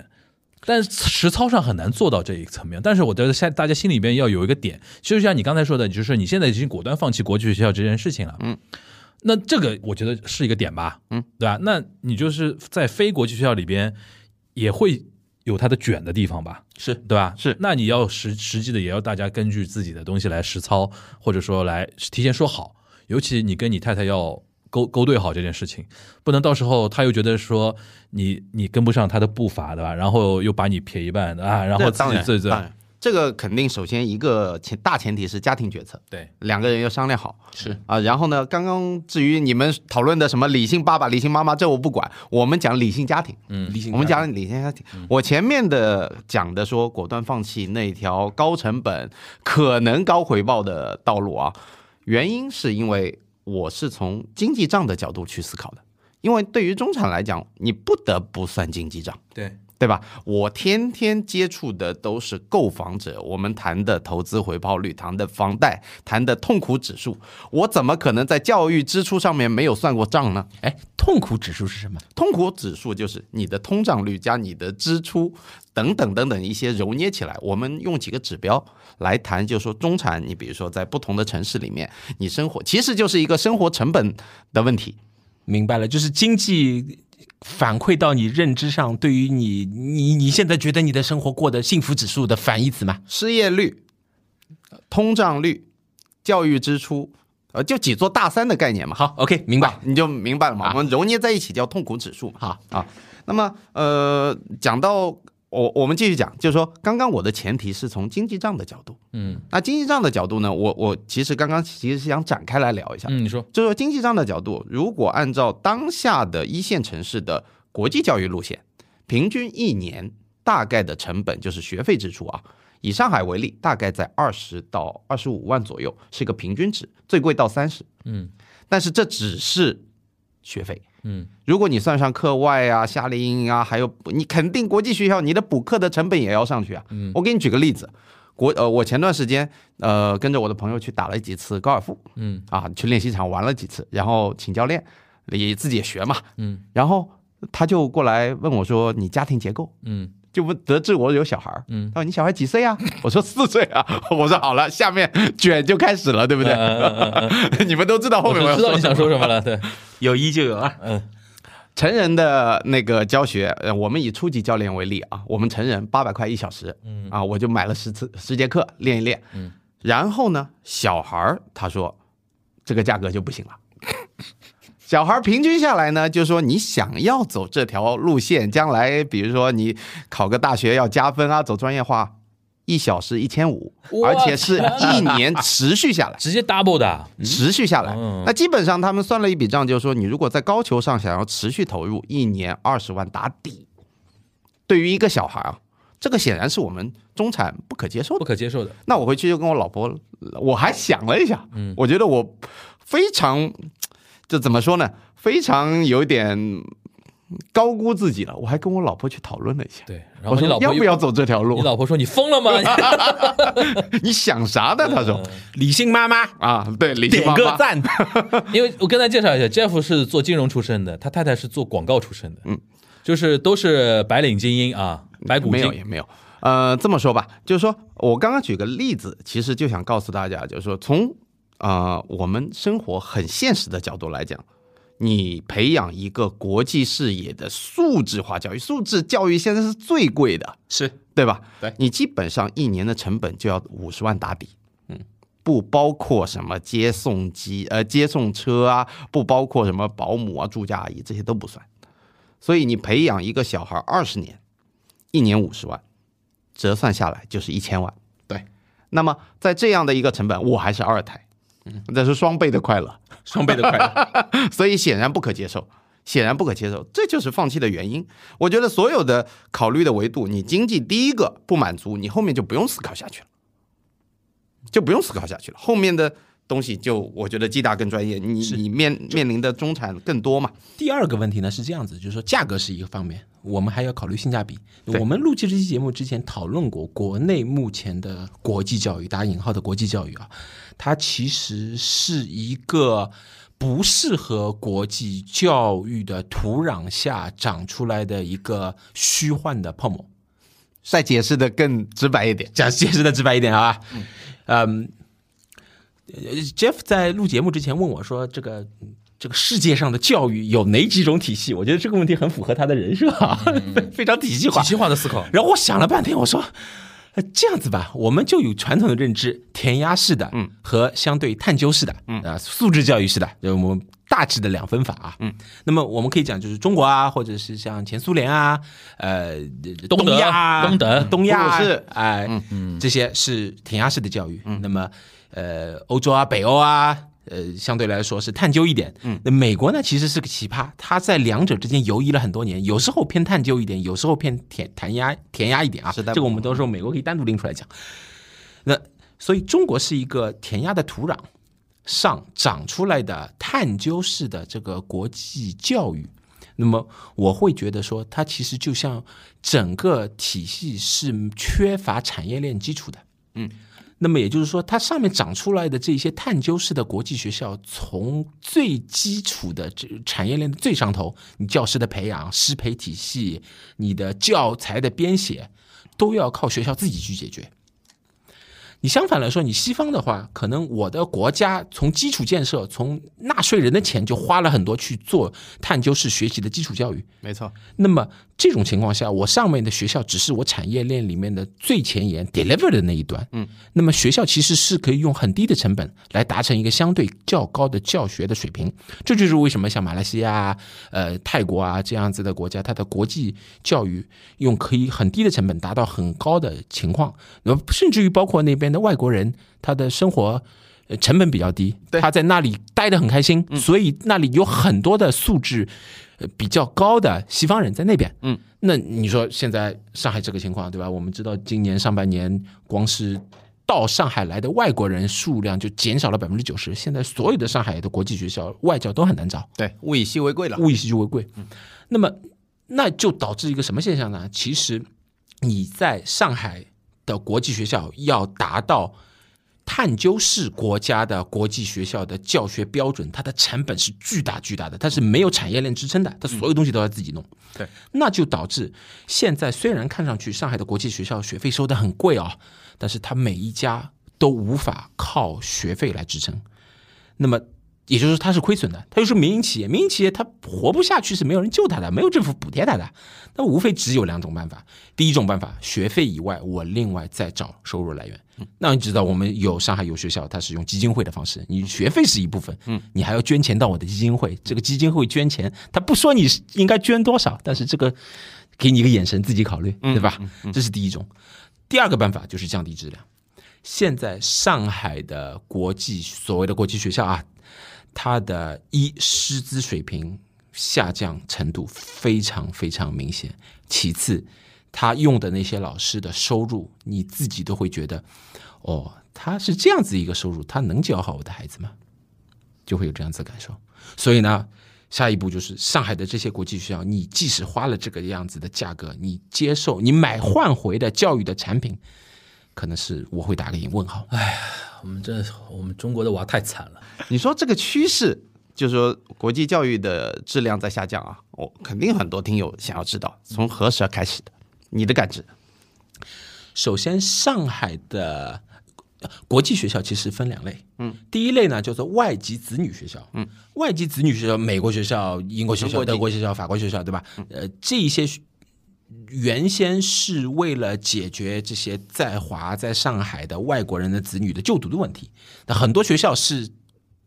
但是实操上很难做到这一层面，但是我觉得现大家心里边要有一个点，就像你刚才说的，就是你现在已经果断放弃国际学校这件事情了，嗯，那这个我觉得是一个点吧，嗯，对吧？那你就是在非国际学校里边也会有它的卷的地方吧，是对吧？是那你要实实际的也要大家根据自己的东西来实操，或者说来提前说好，尤其你跟你太太要。勾勾兑好这件事情，不能到时候他又觉得说你你跟不上他的步伐，对吧？然后又把你撇一半啊，然后那自当己然自己当然哎这个肯定首先一个前大前提是家庭决策，对，两个人要商量好是啊。然后呢，刚刚至于你们讨论的什么理性爸爸、理性妈妈，这我不管，我们讲理性家庭。嗯，理性我们讲理性家庭，我前面的讲的说果断放弃那条高成本、可能高回报的道路啊，原因是因为我是从经济账的角度去思考的，因为对于中产来讲，你不得不算经济账。对，对吧？我天天接触的都是购房者，我们谈的投资回报率、谈的房贷、谈的痛苦指数，我怎么可能在教育支出上面没有算过账呢？哎，痛苦指数是什么？痛苦指数就是你的通胀率加你的支出等等等等一些揉捏起来，我们用几个指标来谈，就是说中产，你比如说在不同的城市里面，你生活其实就是一个生活成本的问题。明白了，就是经济反馈到你认知上，对于你你你现在觉得你的生活过得幸福指数的反义词嘛？失业率、通胀率、教育支出，呃，就几座大山的概念嘛。好，OK，明白。你就明白了嘛。啊我们揉捏在一起叫痛苦指数嘛。好，啊，那么呃，讲到我我们继续讲，就是说，刚刚我的前提是从经济账的角度，嗯那经济账的角度呢，我我其实刚刚其实是想展开来聊一下，嗯，你说，就是说经济账的角度，如果按照当下的一线城市的国际教育路线，平均一年大概的成本就是学费支出啊。以上海为例，大概在二十到二十五万左右，是一个平均值，最贵到三十。嗯但是这只是学费，嗯如果你算上课外啊、夏令营啊，还有你肯定国际学校你的补课的成本也要上去啊。嗯我给你举个例子，国呃，我前段时间呃跟着我的朋友去打了几次高尔夫嗯啊，去练习场玩了几次，然后请教练，也自己也学嘛，嗯然后他就过来问我说你家庭结构，嗯就问得知我有小孩儿。嗯，他说你小孩几岁啊？我说四岁啊。 我说好了，下面卷就开始了，对不呃对？ 你们都知道后嗯我面我要是知道说你什么想说什么了，对，有一就有二。嗯成人的那个教学，呃，我们以初级教练为例啊，我们成人八百块一小时，嗯啊，我就买了十次十节课练一练，嗯，然后呢，小孩儿他说这个价格就不行了。 小孩儿平均下来呢，就说你想要走这条路线，将来比如说你考个大学要加分啊，走专业化，一小时一千五，我而且是一年持续下来。直接 double 的，啊持续下来嗯。那基本上他们算了一笔账，就是说你如果在高球上想要持续投入，一年二十万打底，对于一个小孩啊，这个显然是我们中产不可接受不的。可接受的，那我回去就跟我老婆，我还想了一下，嗯我觉得我非常，这怎么说呢？非常有点高估自己了。我还跟我老婆去讨论了一下，对。然我后你说老婆要不又要走这条你路？老婆说你疯了吗？你想啥呢？她说嗯理性妈妈啊，对，李点个在。赞。因为我跟大家介绍一下，Jeff 是做金融出身的，他太太是做广告出身的，嗯，就是都是白领精英啊，白骨没有精，也没有。呃，这么说吧，就是说我刚刚举个例子，其实就想告诉大家，就是说从呃我们生活很现实的角度来讲，你培养一个国际视野的素质化教育，素质教育现在是最贵的， 是对吧？对你基本上一年的成本就要五十万打底，嗯，不包括什么接送机、呃接送车啊，不包括什么保姆啊、住家阿姨这些都不算。所以你培养一个小孩二十年，一年五十万，折算下来就是一千万。对，那么在这样的一个成本，我还是二胎，嗯，这是双倍的快乐。双倍的快乐。所以显然不可接受，显然不可接受，这就是放弃的原因。我觉得所有的考虑的维度，你经济第一个不满足，你后面就不用思考下去了，就不用思考下去了，后面的。东西就我觉得暨大更专业，你你面面临的中产更多嘛？第二个问题呢是这样子，就是说价格是一个方面，我们还要考虑性价比。对我们录制这期节目之前讨论过，国内目前的国际教育（打引号的国际教育）啊，它其实是一个不适合国际教育的土壤下长出来的一个虚幻的泡沫。再解释的更直白一点，讲 解释的直白一点啊，嗯呃，Jeff 在录节目之前问我说，这个这个世界上的教育有哪几种体系？我觉得这个问题很符合他的人设啊， 非常体系化嗯体。系化的思考，然后我想了半天，我说。呃这样子吧，我们就有传统的认知，填鸭式的，嗯，和相对探究式的，嗯啊，素质教育式的，就我们大致的两分法啊，嗯。那么我们可以讲，就是中国啊，或者是像前苏联啊，呃，东德亚啊、东德东亚啊普鲁士哎，这些是填鸭式的教育。那么，呃，欧洲啊，北欧啊，呃，相对来说是探究一点。那美国呢，其实是个奇葩，它在两者之间游移了很多年，有时候偏探究一点，有时候偏填填鸭填鸭一点啊。时代这不个我同们到时候美国可以单独拎出来讲。那所以中国是一个填鸭的土壤上长出来的探究式的这个国际教育。那么我会觉得说，它其实就像整个体系是缺乏产业链基础的。那么也就是说，它上面长出来的这些探究式的国际学校，从最基础的这产业链的最上头，你教师的培养、师培体系、你的教材的编写，都要靠学校自己去解决。你相反来说，你西方的话，可能我的国家从基础建设，从纳税人的钱就花了很多去做探究式学习的基础教育。没错，那么这种情况下，我上面的学校只是我产业链里面的最前沿 deliver 的那一端。嗯，那么学校其实是可以用很低的成本来达成一个相对较高的教学的水平。这就是为什么像马来西亚啊、呃泰国啊这样子的国家，它的国际教育用可以很低的成本达到很高的情况。那么甚至于包括那边的外国人，他的生活。呃成本比较低，对嗯他在那里待得很开心，所以那里有很多的素质呃比较高的西方人在那边。嗯，那你说现在上海这个情况，对吧？我们知道今年上半年光是到上海来的外国人数量就减少了百分之九十，现在所有的上海的国际学校外教都很难找。对，物以稀为贵了。物以稀为贵。那么，那就导致一个什么现象呢？其实你在上海的国际学校要达到探究式国家的国际学校的教学标准，它的成本是巨大巨大的，它是没有产业链支撑的，它所有东西都要自己弄。对，那就导致现在虽然看上去上海的国际学校学费收的很贵啊、但是它每一家都无法靠学费来支撑。那么也就是说它是亏损的，它又是民营企业，民营企业它活不下去是没有人救它的，没有政府补贴它的，那无非只有两种办法，第一种办法，学费以外我另外再找收入来源。那你知道我们有上海有学校，它是用基金会的方式，你学费是一部分，嗯，你还要捐钱到我的基金会，这个基金会捐钱，他不说你是应该捐多少，但是这个给你一个眼神，自己考虑，对吧？这是第一种。第二个办法就是降低质量。现在上海的国际所谓的国际学校啊，它的一师资水平下降程度非常非常明显。其次，他用的那些老师的收入，你自己都会觉得，哦，他是这样子一个收入，他能教好我的孩子吗？就会有这样子的感受。所以呢，下一步就是上海的这些国际学校，你即使花了这个样子的价格，你接受你买换回的教育的产品，可能是我会打个问号。我们真的是，我们中国的娃太惨了。你说这个趋势，就是说国际教育的质量在下降啊，我肯定很多听友想要知道从何时开始的，你的感知？首先，上海的呃国际学校其实分两类，嗯，第一类呢叫做外籍子女学校，嗯，外籍子女学校，美国学校、英国学全国校、籍德国学校、法国学校，对吧？呃，这一些学原先是为了解决这些在华在上海的外国人的子女的就读的问题，那很多学校是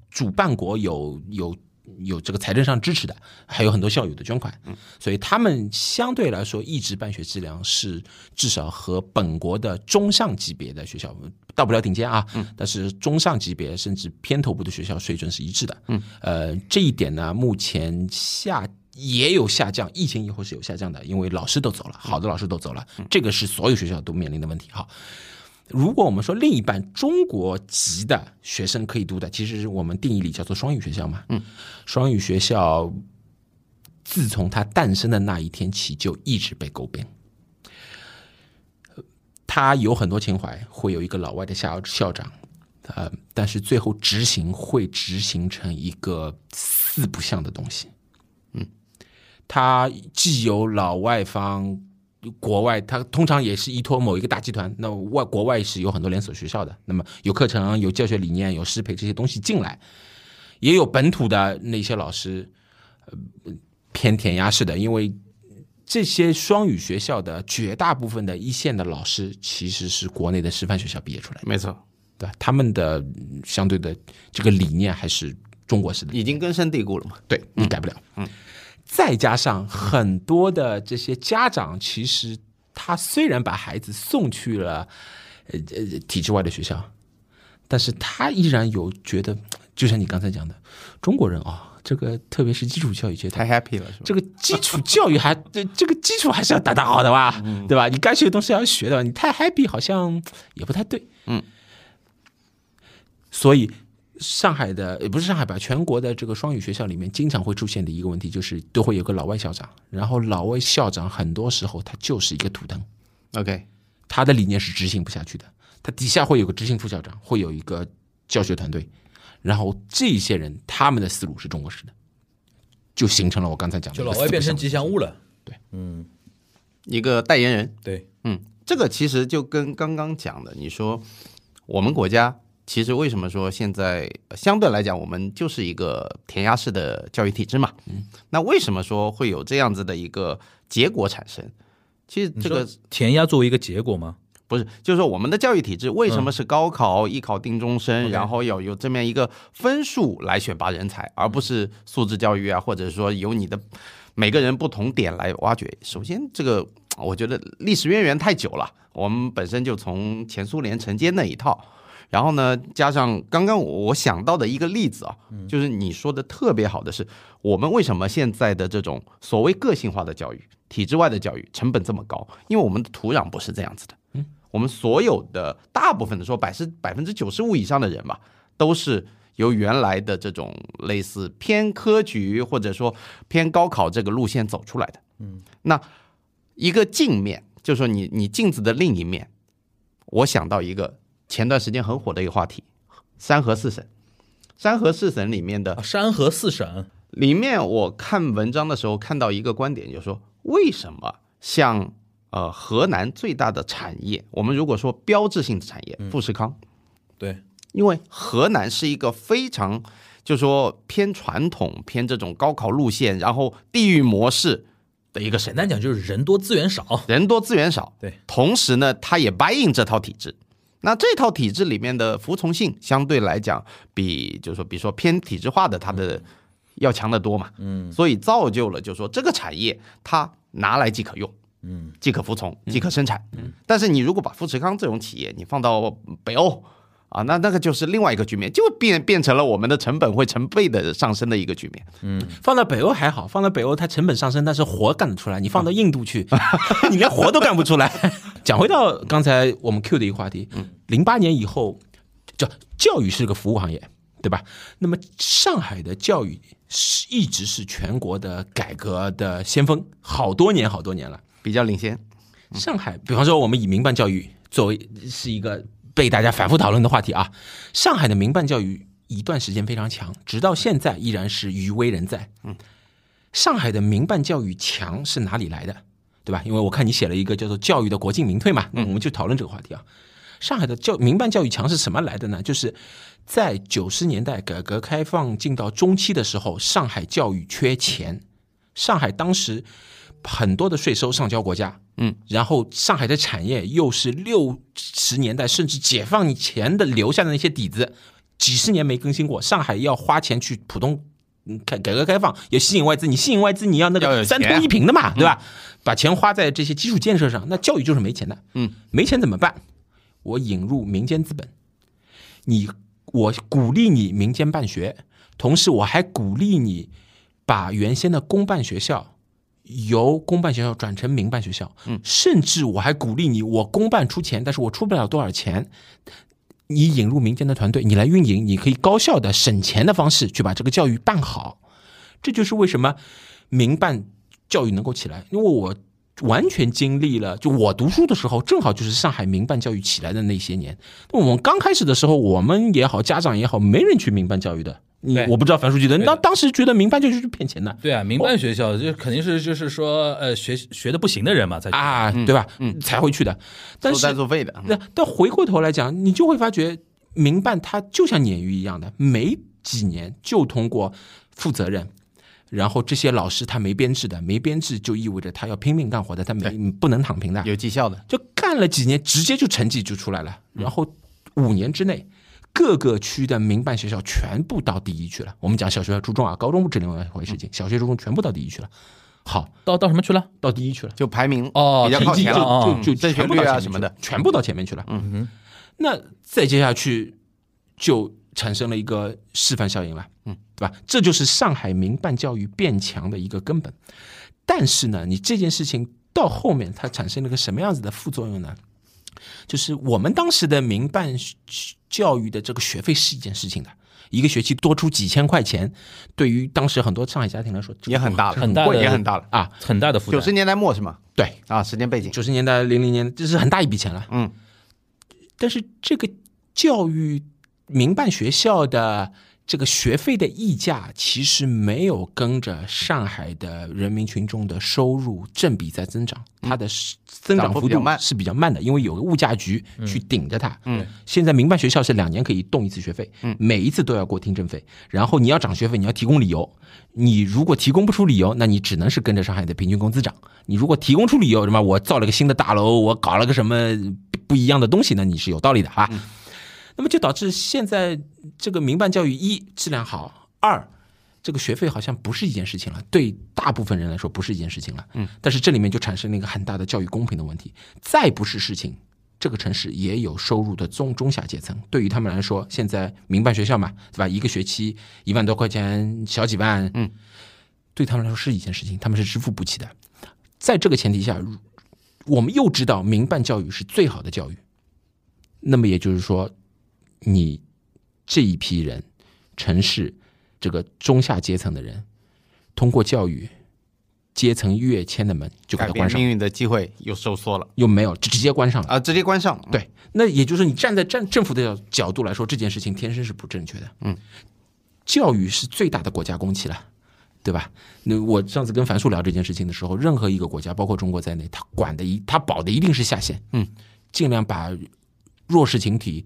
主办国有有有这个财政上支持的，还有很多校友的捐款，所以他们相对来说一直办学质量是至少和本国的中上级别的学校到不了顶尖啊，但是中上级别甚至偏头部的学校水准是一致的。嗯，呃，这一点呢，目前下。也有下降，疫情以后是有下降的，因为老师都走了，好的老师都走了，这个是所有学校都面临的问题。好，如果我们说另一半中国籍的学生可以读的，其实我们定义里叫做双语学校嘛。嗯，双语学校自从它诞生的那一天起就一直被诟病。他有很多情怀，会有一个老外的校校长，呃，但是最后执行会执行成一个四不像的东西。它既有老外方。国外它通常也是依托某一个大集团，那外国外是有很多连锁学校的，那么有课程、有教学理念、有师培这些东西进来，也有本土的那些老师，呃，偏填鸭式的，因为这些双语学校的绝大部分的一线的老师其实是国内的师范学校毕业出来的，没错，对吧？他们的嗯相对的这个理念还是中国式的，已经根深蒂固了嘛。对你改不了。嗯，再加上很多的这些家长，其实他虽然把孩子送去了呃呃体制外的学校，但是他依然有觉得，就像你刚才讲的，中国人啊、这个特别是基础教育阶段。太 happy 了，是吧？这个基础教育还对这个基础还是要打打好的吧，对吧？你该学的东西要学的吧，你太 happy 好像也不太对，嗯。所以上海的也不是上海吧，全国的这个双语学校里面，经常会出现的一个问题就是，都会有个老外校长，然后老外校长很多时候他就是一个土登， OK，他的理念是执行不下去的，他底下会有个执行副校长，会有一个教学团队，然后这些人他们的思路是中国式的。就形成了我刚才讲的就那老个外四变不像成吉祥物了。一个代言人，对，嗯，这个其实就跟刚刚讲的，你说我们国家其实为什么说现在呃相对来讲，我们就是一个填鸭式的教育体制嘛？嗯，那为什么说会有这样子的一个结果产生？其实这个填鸭作为一个结果吗？不是，就是说我们的教育体制为什么是高考、艺考定终身，然后有有这么样一个分数来选拔人才，而不是素质教育啊，或者说由你的每个人不同点来挖掘。首先，这个我觉得历史渊源太久了，我们本身就从前苏联承接那一套。然后呢，加上刚刚我我想到的一个例子啊，就是你说的特别好的是，我们为什么现在的这种所谓个性化的教育、体制外的教育成本这么高？因为我们的土壤不是这样子的。我们所有的大部分的说百是百分之九十五以上的人吧，都是由原来的这种类似偏科举或者说偏高考这个路线走出来的。嗯，那一个镜面，就是说你你镜子的另一面，我想到一个前段时间很火的一个话题，三河四省。三河四省里面的啊山河四省，里面我看文章的时候看到一个观点，就是说为什么像呃河南最大的产业，我们如果说标志性的产业富士康，对，因为河南是一个非常就说偏传统、偏这种高考路线，然后地域模式的一个省简，单讲就是人多资源少，人多资源少，对，同时呢，它也 buy in 这套体制。那这套体制里面的服从性相对来讲比，就是说，比如说偏体制化的，它的要强得多嘛。嗯，所以造就了，就是说这个产业它拿来即可用，嗯，即可服从，即可生产。嗯，但是你如果把富士康这种企业你放到北欧啊，那那个就是另外一个局面，就变变成了我们的成本会成倍的上升的一个局面。放到北欧还好，放到北欧它成本上升，但是活干得出来。你放到印度去， 你连活都干不出来。讲回到刚才我们 Q 的一个话题，零八年以后，教教育是个服务行业，对吧？那么上海的教育是一直是全国的改革的先锋，好多年好多年了。比较领先，上海，比方说我们以民办教育作为是一个被大家反复讨论的话题啊，上海的民办教育一段时间非常强，直到现在依然是余威人在。嗯，上海的民办教育强是哪里来的？对吧？因为我看你写了一个叫做“教育的国进民退”嘛，那我们就讨论这个话题啊。上海的教民办教育强是什么来的呢？就是在九十年代改革开放进到中期的时候，上海教育缺钱，上海当时很多的税收上交国家，嗯，然后上海的产业又是六十年代甚至解放以前的留下的那些底子，几十年没更新过，上海要花钱去浦东。嗯改改革开放也吸引外资，你吸引外资，你要那要个有三钱啊通一平的嘛，对吧？把钱花在这些基础建设上，那教育就是没钱的，嗯，没钱怎么办？我引入民间资本，你我鼓励你民间办学，同时我还鼓励你把原先的公办学校由公办学校转成民办学校，嗯，甚至我还鼓励你，我公办出钱，但是我出不了多少钱。你引入民间的团队，你来运营，你可以高效的省钱的方式去把这个教育办好。这就是为什么民办教育能够起来，因为我完全经历了，就我读书的时候，正好就是上海民办教育起来的那些年。那我们刚开始的时候，我们也好，家长也好，没人去民办教育的。你对我不知道樊书记的，对的当当时觉得民办教育就是骗钱的对啊，民办学校就肯定是就是说呃学学的不行的人嘛才去啊，对吧？嗯才会去的。但收是单收费的。嗯那但回过头来讲，你就会发觉，民办它就像鲶鱼一样的，没几年就通过负责任。然后这些老师他没编制的，没编制就意味着他要拼命干活的，他没不能躺平的，有绩效的，就干了几年，直接就成绩就出来了。然嗯后五年之内，各个区的民办学校全部到第一去了。我们讲小学、初中啊，高中不是另外一回事嗯情，小学、初中全部到第一去了。好，到到什么去了？到第一去了。就排名哦比较靠成绩前就了啊。哦就就嗯正全部确率到啊前面什么去的了全部到前面去了。嗯哼，那再接下去就产生了一个示范效应了，嗯，对吧？这就是上海民办教育变强的一个根本。但是呢，你这件事情到后面它产生了个什么样子的副作用呢？就是我们当时的民办学教育的这个学费是一件事情的，一个学期多出几千块钱，对于当时很多上海家庭来说也很大了，很大的也很大了。啊，很大的负九担。十年代末是吗？对，啊，时间背景九十年代、零零年，这是很大一笔钱了。嗯，但是这个教育民办学校的这个学费的溢价其实没有跟着上海的人民群众的收入正比在增长，它的是增长涨幅幅比较度慢是比较慢的，因为有个物价局去顶着它。嗯，现在民办学校是两年可以动一次学费，嗯，每一次都要过听证费，然后你要涨学费，你要提供理由。你如果提供不出理由，那你只能是跟着上海的平均工资涨。你如果提供出理由，什么我造了个新的大楼，我搞了个什么不不一样的东西，那你是有道理的嗯啊。那么就导致现在这个民办教育一质量好，二这个学费好像不是一件事情了，对大部分人来说不是一件事情了。嗯，但是这里面就产生了一个很大的教育公平的问题，再不是事情。这个城市也有收入的中中下阶层，对于他们来说，现在民办学校嘛，对吧？一个学期一万多块钱，小几万，嗯，对他们来说是一件事情，他们是支付不起的。在这个前提下，如我们又知道民办教育是最好的教育，那么也就是说，你这一批人，城市这个中下阶层的人，通过教育，阶层跃迁的门就给改它变关上命，运的机会又收缩了又没有，直直接关上了。啊、直接关上。对，那也就是说，你站在政政府的角角度来说，这件事情天生是不正确的。嗯，教育是最大的国家公器了，对吧？那我上次跟樊叔聊这件事情的时候，任何一个国家，包括中国在内，他管的一他保的一定是下限，嗯，尽量把弱势群体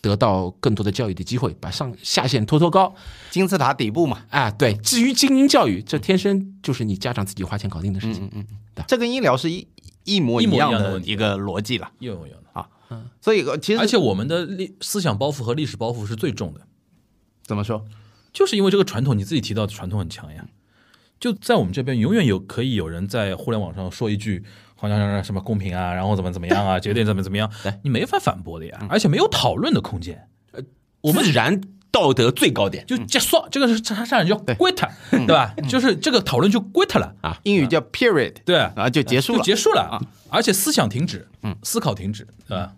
得到更多的教育的机会，把上下限拖拖高。金字塔底部嘛，啊，对，至于精英教育，这天生就是你家长自己花钱搞定的事情。这跟医疗是一一模一模一样样的的问题一个逻辑了。又有有的，所以呃其而实且我们的历思想包袱和历史包袱是最重的，怎么说，就是因为这个传统，你自己提到的传统很强呀。就在我们这边，永远有可以有人在互联网上说一句，好像什么公平啊，然后怎么怎么样 啊，节点怎么怎么样，你没法反驳的嗯呀，而且没有讨论的空间。我们然道德最高点嗯就结束，这个是上上人叫 quit，对吧？就是这个讨论就 quit 了，英语叫 period，嗯对，啊就结就束了。啊嗯结束了，而且思想停止，思考停止，对吧？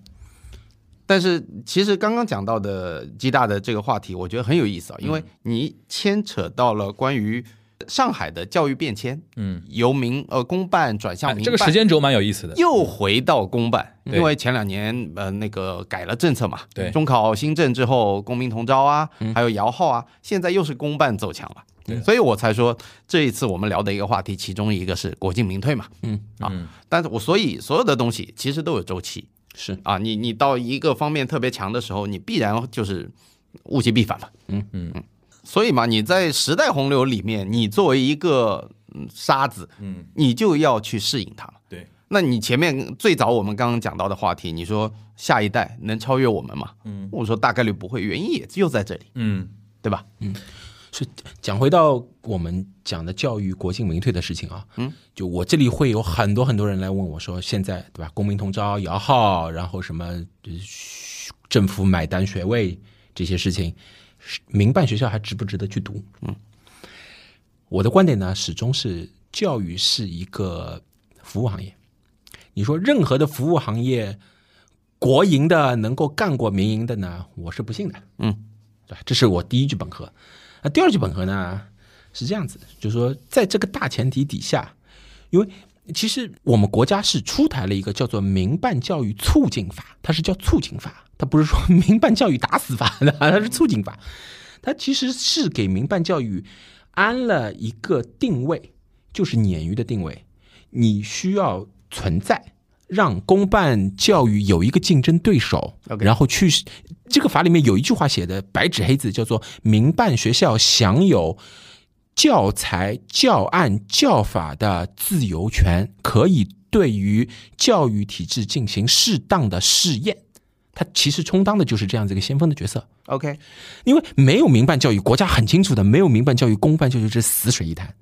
但是其实刚刚讲到的基大的这个话题，我觉得很有意思啊，因嗯为你牵扯到了关于上海的教育变迁，嗯，由民呃公办转向哎民办，这个时间轴蛮有意思的，又回到公办，对因为前两年呃那个改了政策嘛，对中考新政之后，公民同招啊，还有摇号啊，现在又是公办走强了，所以我才说这一次我们聊的一个话题，其中一个是国进民退嘛，嗯啊，但是我所以所有的东西其实都有周期是啊，你你到一个方面特别强的时候，你必然就是物极必反嘛，嗯嗯嗯，所以嘛，你在时代洪流里面，你作为一个嗯沙子，嗯，你就要去适应它嘛。对，那你前面最早我们刚刚讲到的话题，你说下一代能超越我们吗？嗯，我说大概率不会，原因也就在这里，嗯，对吧？是讲回到我们讲的教育国进民退的事情啊，嗯，就我这里会有很多很多人来问我说，现在对吧，公民同招、摇号，然后什么呃学政府买单学位这些事情，是民办学校还值不值得去读？嗯，我的观点呢，始终是教育是一个服务行业，你说任何的服务行业，国营的能够干过民营的呢，我是不信的，嗯，对吧？这是我第一句本和。那第二句本和呢是这样子的，就是说在这个大前提底下，因为其实我们国家是出台了一个叫做《民办教育促进法》，它是叫促进法，它不是说 民办教育打死法，它是促进法，它其实是给民办教育安了一个定位，就是鲶鱼的定位，你需要存在。让公办教育有一个竞争对手 OK 然后去这个法里面有一句话写的白纸黑字，叫做“民办学校享有教材、教案、教法的自由权，可以对于教育体制进行适当的试验。”它其实充当的就是这样子一个先锋的角色， OK，因为没有民办教育，国家很清楚的，没有民办教育，公办教育是死水一潭。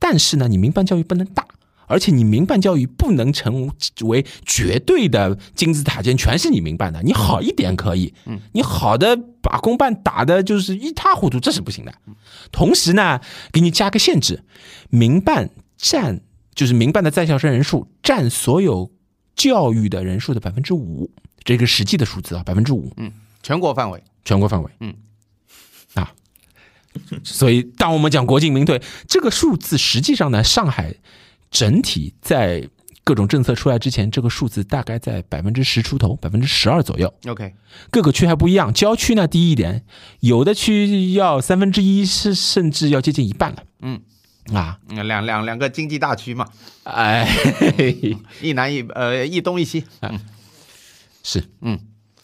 但是呢，你民办教育不能大，而且你民办教育不能成为绝对的金字塔尖，全是你民办的。你好一点可以，嗯，你好的把公办打的就是一塌糊涂，这是不行的。同时呢，给你加个限制，民办占就是民办的在校生人数占所有教育的人数的百分之五，这个实际的数字啊，百分之五。全国范围全国范围，嗯，啊，所以当我们讲国进民退这个数字，实际上呢，上海整体在各种政策出来之前，这个数字大概在百分之十出头，百分之十二左右。 OK，各个区还不一样，郊区呢低一点，有的区要三分之一，是甚至要接近一半了。嗯，啊，嗯两两两个经济大区嘛，哎， 一南一呃一东一西。是，嗯。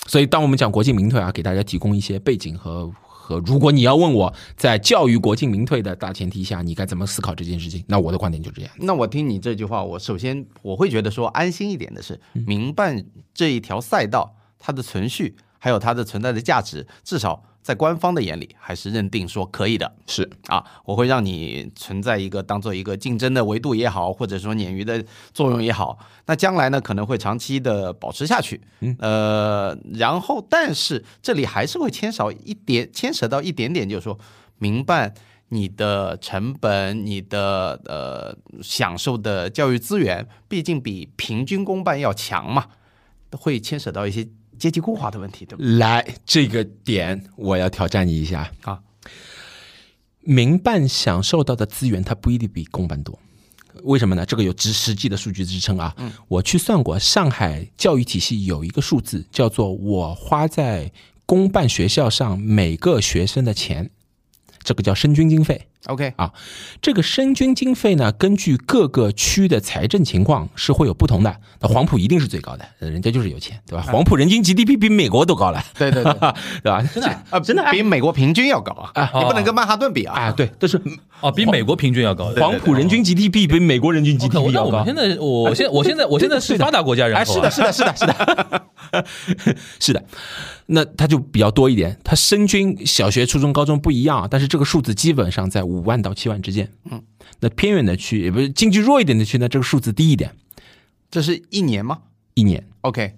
所以，当我们讲国进民退啊，给大家提供一些背景和和，如果你要问我在教育国进民退的大前提下，你该怎么思考这件事情，那我的观点就这样。那我听你这句话，我首先我会觉得说安心一点的是，民办这一条赛道它的存续，还有它的存在的价值，至少在官方的眼里还是认定说可以的。是，啊，我会让你存在一个当做一个竞争的维度也好，或者说鲶鱼的作用也好，那将来呢可能会长期的保持下去。嗯，呃，然后但是这里还是会牵少一点，牵扯到一点点，就是说民办。你的成本、你的呃享受的教育资源，毕竟比平均公办要强嘛，会牵扯到一些阶级固化的问题，对吧？来这个点，我要挑战你一下。啊，民办享受到的资源，它不一定比公办多。为什么呢？这个有实实际的数据支撑啊。我去算过，上海教育体系有一个数字，叫做我花在公办学校上每个学生的钱，这个叫生均经费。 OK，这个生均经费呢，根据各个区的财政情况是会有不同的。那黄埔一定是最高的，呃人家就是有钱，对吧？黄埔人均 GDP 比美国都高了，对对对，对吧？真的 啊，真的比美国平均要高啊！你不能跟曼哈顿比啊！啊，对，但是哦，比美国平均要高。黄埔人均 GDP 比美国人均 OK，我 GDP 那要我高们。现在，我现我现在我现在是发达国家人口、啊哎，是 的，，是的，是的，是的，是的。那它就比较多一点，它生均小学、初中、高中不一样，啊但是这个数字基本上在五万到七万之间。嗯，那偏远的区，也不是经济弱一点的区呢，这个数字低一点，这是一年吗一年。 ？OK，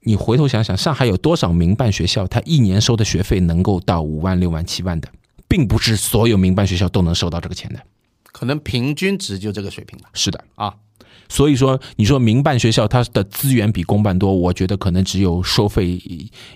你回头想想，上海有多少民办学校，它一年收的学费能够到五万、六万、七万的，并不是所有民办学校都能收到这个钱的。可能平均值就这个水平吧。是的，啊，所以说你说民办学校它的资源比公办多，我觉得可能只有收费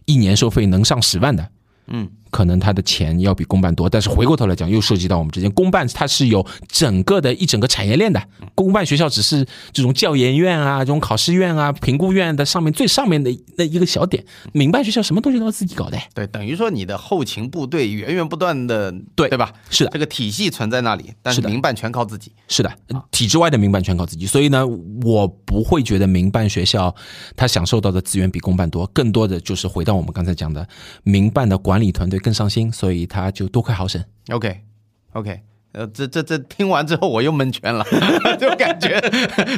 一年收费能上十万的，嗯，可能它的钱要比公办多。但是回过头来讲，又涉及到我们之间，公办它是有整个的一整个产业链的，公办学校只是这种教研院啊、这种考试院啊、评估院的上面最上面的那一个小点，民办学校什么东西都要自己搞的。对，等于说你的后勤部队源源不断的，对对吧？是的，这个体系存在那里，但是是的民办全靠自己。是的，体制外的民办全靠自己，所以呢，我不会觉得民办学校它享受到的资源比公办多，更多的就是回到我们刚才讲的，民办的管理团队更上心，所以他就多亏好省。 OK，OK，、呃，这这这听完之后我又蒙圈了， 就感觉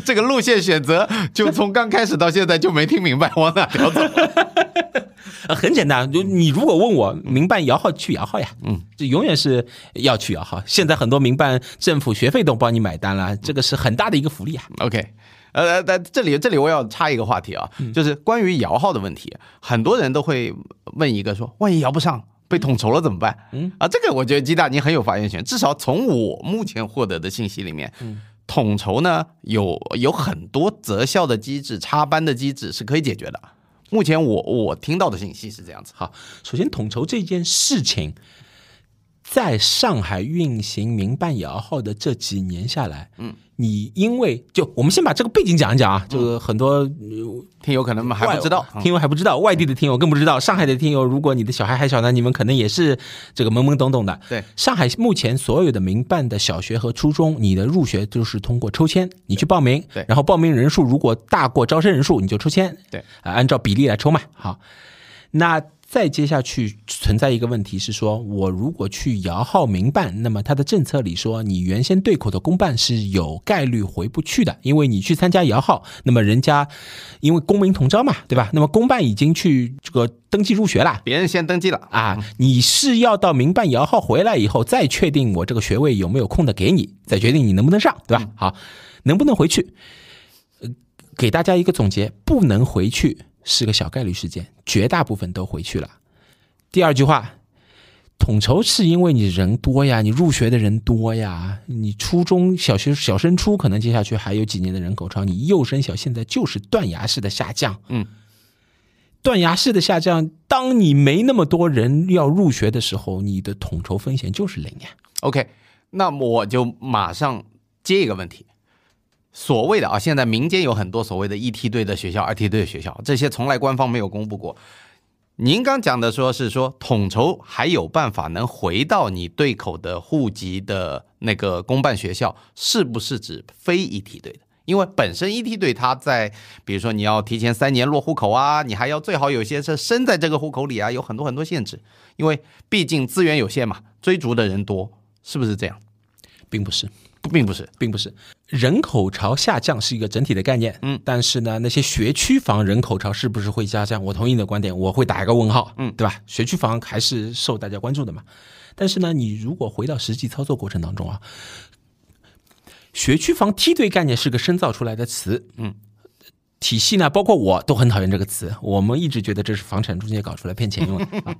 这个路线选择就从刚开始到现在就没听明白往哪条走。呃，很简单，就你如果问我民办摇号去摇号呀，嗯，这永远是要去摇号。现在很多民办政府学费都帮你买单了，这个是很大的一个福利啊。 OK，呃，但这里这里我要插一个话题啊，就是关于摇号的问题，很多人都会问一个说，万一摇不上。被统筹了怎么办？嗯啊，这个我觉得鸡蛋你很有发言权，至少从我目前获得的信息里面，统筹呢有有很多择校的机制、插班的机制是可以解决的。目前我我听到的信息是这样子。好，首先统筹这件事情，在上海运行民办摇号的这几年下来，嗯，你因为就我们先把这个背景讲一讲啊，这个很多听友可能还不知道，嗯听友还不知道，外地的听友更不知道，上海的听友，如果你的小孩还小呢，你们可能也是这个懵懵懂懂的。对，上海目前所有的民办的小学和初中，你的入学就是通过抽签，你去报名，对然后报名人数如果大过招生人数，你就抽签，对啊、按照比例来抽嘛。好，那再接下去存在一个问题是说，我如果去摇号民办，那么它的政策里说，你原先对口的公办是有概率回不去的，因为你去参加摇号，那么人家因为公民同招嘛，对吧？那么公办已经去这个登记入学了。别人先登记了，啊，你是要到民办摇号回来以后，再确定我这个学位有没有空的给你，再决定你能不能上，对吧？好，能不能回去？呃，给大家一个总结，不能回去是个小概率事件，绝大部分都回去了。第二句话。统筹是因为你人多呀，你入学的人多呀，你初中小学小升初可能接下去还有几年的人口潮，你幼升小现在就是断崖式的下降，断崖式的下降。当你没那么多人要入学的时候，你的统筹风险就是零呀。 OK，那么我就马上接一个问题：所谓的啊，现在民间有很多所谓的一梯队的学校、二梯队的学校，这些从来官方没有公布过。您刚讲的说是说统筹还有办法能回到你对口的户籍的那个公办学校，是不是指非一梯队的？因为本身一梯队它在，比如说你要提前三年落户口啊，你还要最好有些是生在这个户口里啊，有很多很多限制，因为毕竟资源有限嘛，追逐的人多，是不是这样？并不是，不并不是，并不是人口潮下降是一个整体的概念，嗯，但是呢，那些学区房人口潮是不是会下降？我同意你的观点，我会打一个问号，嗯，对吧？学区房还是受大家关注的嘛，但是呢，你如果回到实际操作过程当中啊，学区房梯队概念是个深造出来的词，嗯。体系呢，包括我都很讨厌这个词，我们一直觉得这是房产中介搞出来骗钱用的、啊。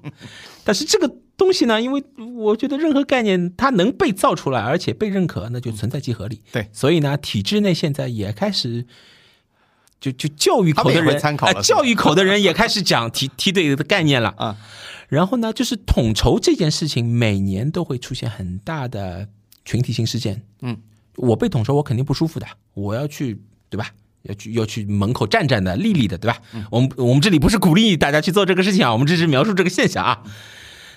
但是这个东西呢，因为我觉得任何概念它能被造出来，而且被认可，那就存在即合理。嗯对所以呢，体制内现在也开始就就教育口的他们也人会参考哎了是吧教育口的人也开始讲 梯梯队的概念了啊。然后呢，就是统筹这件事情，每年都会出现很大的群体性事件。嗯，我被统筹，我肯定不舒服的，我要去，对吧？要去要去门口站站的、立立的，对吧？嗯我们我们这里不是鼓励大家去做这个事情啊，我们只是描述这个现象啊。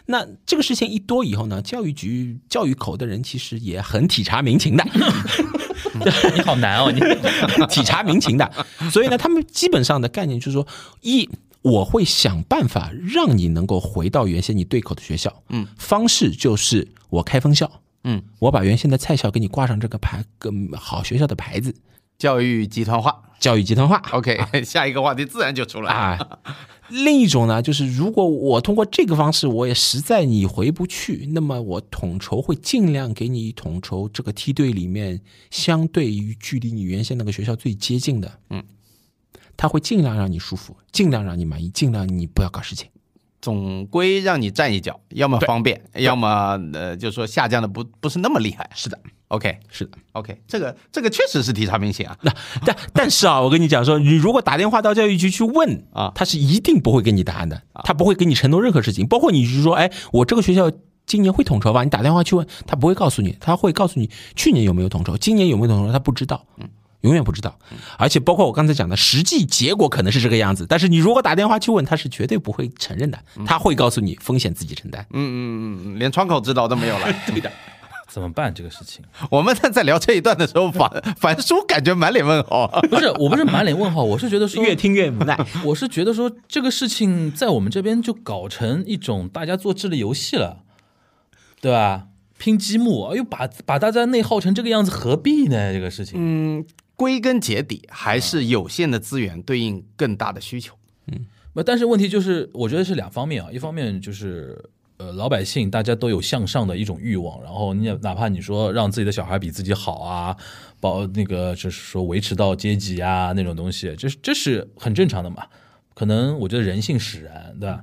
那这个事情一多以后呢，教育局教育口的人其实也很体察民情的， 你好难哦，你体察民情的。所以呢，他们基本上的概念就是说，一我会想办法让你能够回到原先你对口的学校，嗯，方式就是我开分校，嗯，我把原先的菜校给你挂上这个牌，跟好学校的牌子，教育集团化。教育集团化。 OK，下一个话题自然就出来了。 啊。另一种呢，就是如果我通过这个方式，我也实在你回不去，那么我统筹会尽量给你统筹这个梯队里面相对于距离你原先那个学校最接近的，嗯，他会尽量让你舒服，尽量让你满意，尽量你不要搞事情。总归让你站一脚，要么方便，要么呃，就说下降的不不是那么厉害。是的， OK 是的。 OK，这个这个确实是体察明显啊。那 但但是啊，我跟你讲说，你如果打电话到教育局去问啊他是一定不会给你答案的，他不会给你承诺任何事情，包括你是说，哎，我这个学校今年会统筹吧？你打电话去问，他不会告诉你，他会告诉你去年有没有统筹，今年有没有统筹，他不知道。永远不知道，而且包括我刚才讲的，实际结果可能是这个样子，但是你如果打电话去问，他是绝对不会承认的，他会告诉你风险自己承担。嗯嗯嗯，连窗口指导都没有了。对的，怎么办这个事情？我们在在聊这一段的时候，樊樊叔感觉满脸问号。不是，我不是满脸问号，我是觉得说越听越无奈， 我是觉得说这个事情在我们这边就搞成一种大家做智力游戏了，对吧？拼积木，哎呦，把把大家内耗成这个样子，何必呢？这个事情，归根结底，还是有限的资源对应更大的需求。那但是问题就是，我觉得是两方面啊，一方面就是。呃，老百姓大家都有向上的一种欲望，然后你也哪怕你说让自己的小孩比自己好啊，保那个就是说维持到阶级啊那种东西，这是这是很正常的嘛。可能我觉得人性使然，对吧？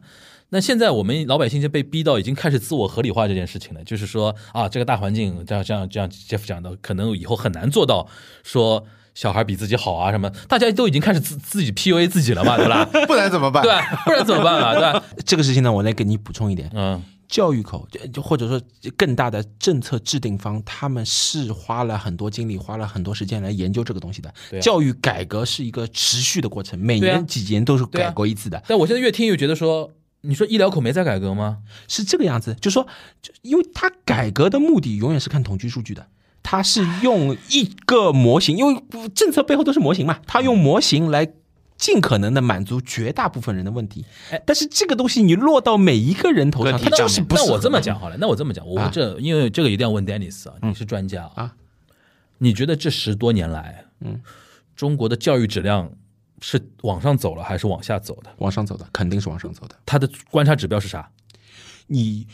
那现在我们老百姓就被逼到已经开始自我合理化这件事情了，就是说啊，这个大环境这样这样这样，Jeff 讲的，可能以后很难做到说小孩比自己好啊什么，大家都已经开始自自己 PUA 自己了嘛，对吧？不然怎么办？对吧，不然怎么办啊？对吧？这个事情呢，我来给你补充一点，嗯，教育口，就就或者说更大的政策制定方，他们是花了很多精力，花了很多时间来研究这个东西的。对啊教育改革是一个持续的过程，每对啊年几年都是对啊改革一次的，但我现在越听越觉得说，你说医疗口没在改革吗？是这个样子。就说，就因为它改革的目的永远是看统计数据的。它是用一个模型，因为政策背后都是模型嘛，它用模型来尽可能的满足绝大部分人的问题哎。但是这个东西你落到每一个人头上，个体它就上是面不那是我这么讲好了，那我这么讲，我啊嗯这、因为这个一定要问 Dennis 啊，你是专家啊，啊你觉得这十多年来，嗯，中国的教育质量是往上走了还是往下走的？往上走的，肯定是往上走的。它的观察指标是啥？你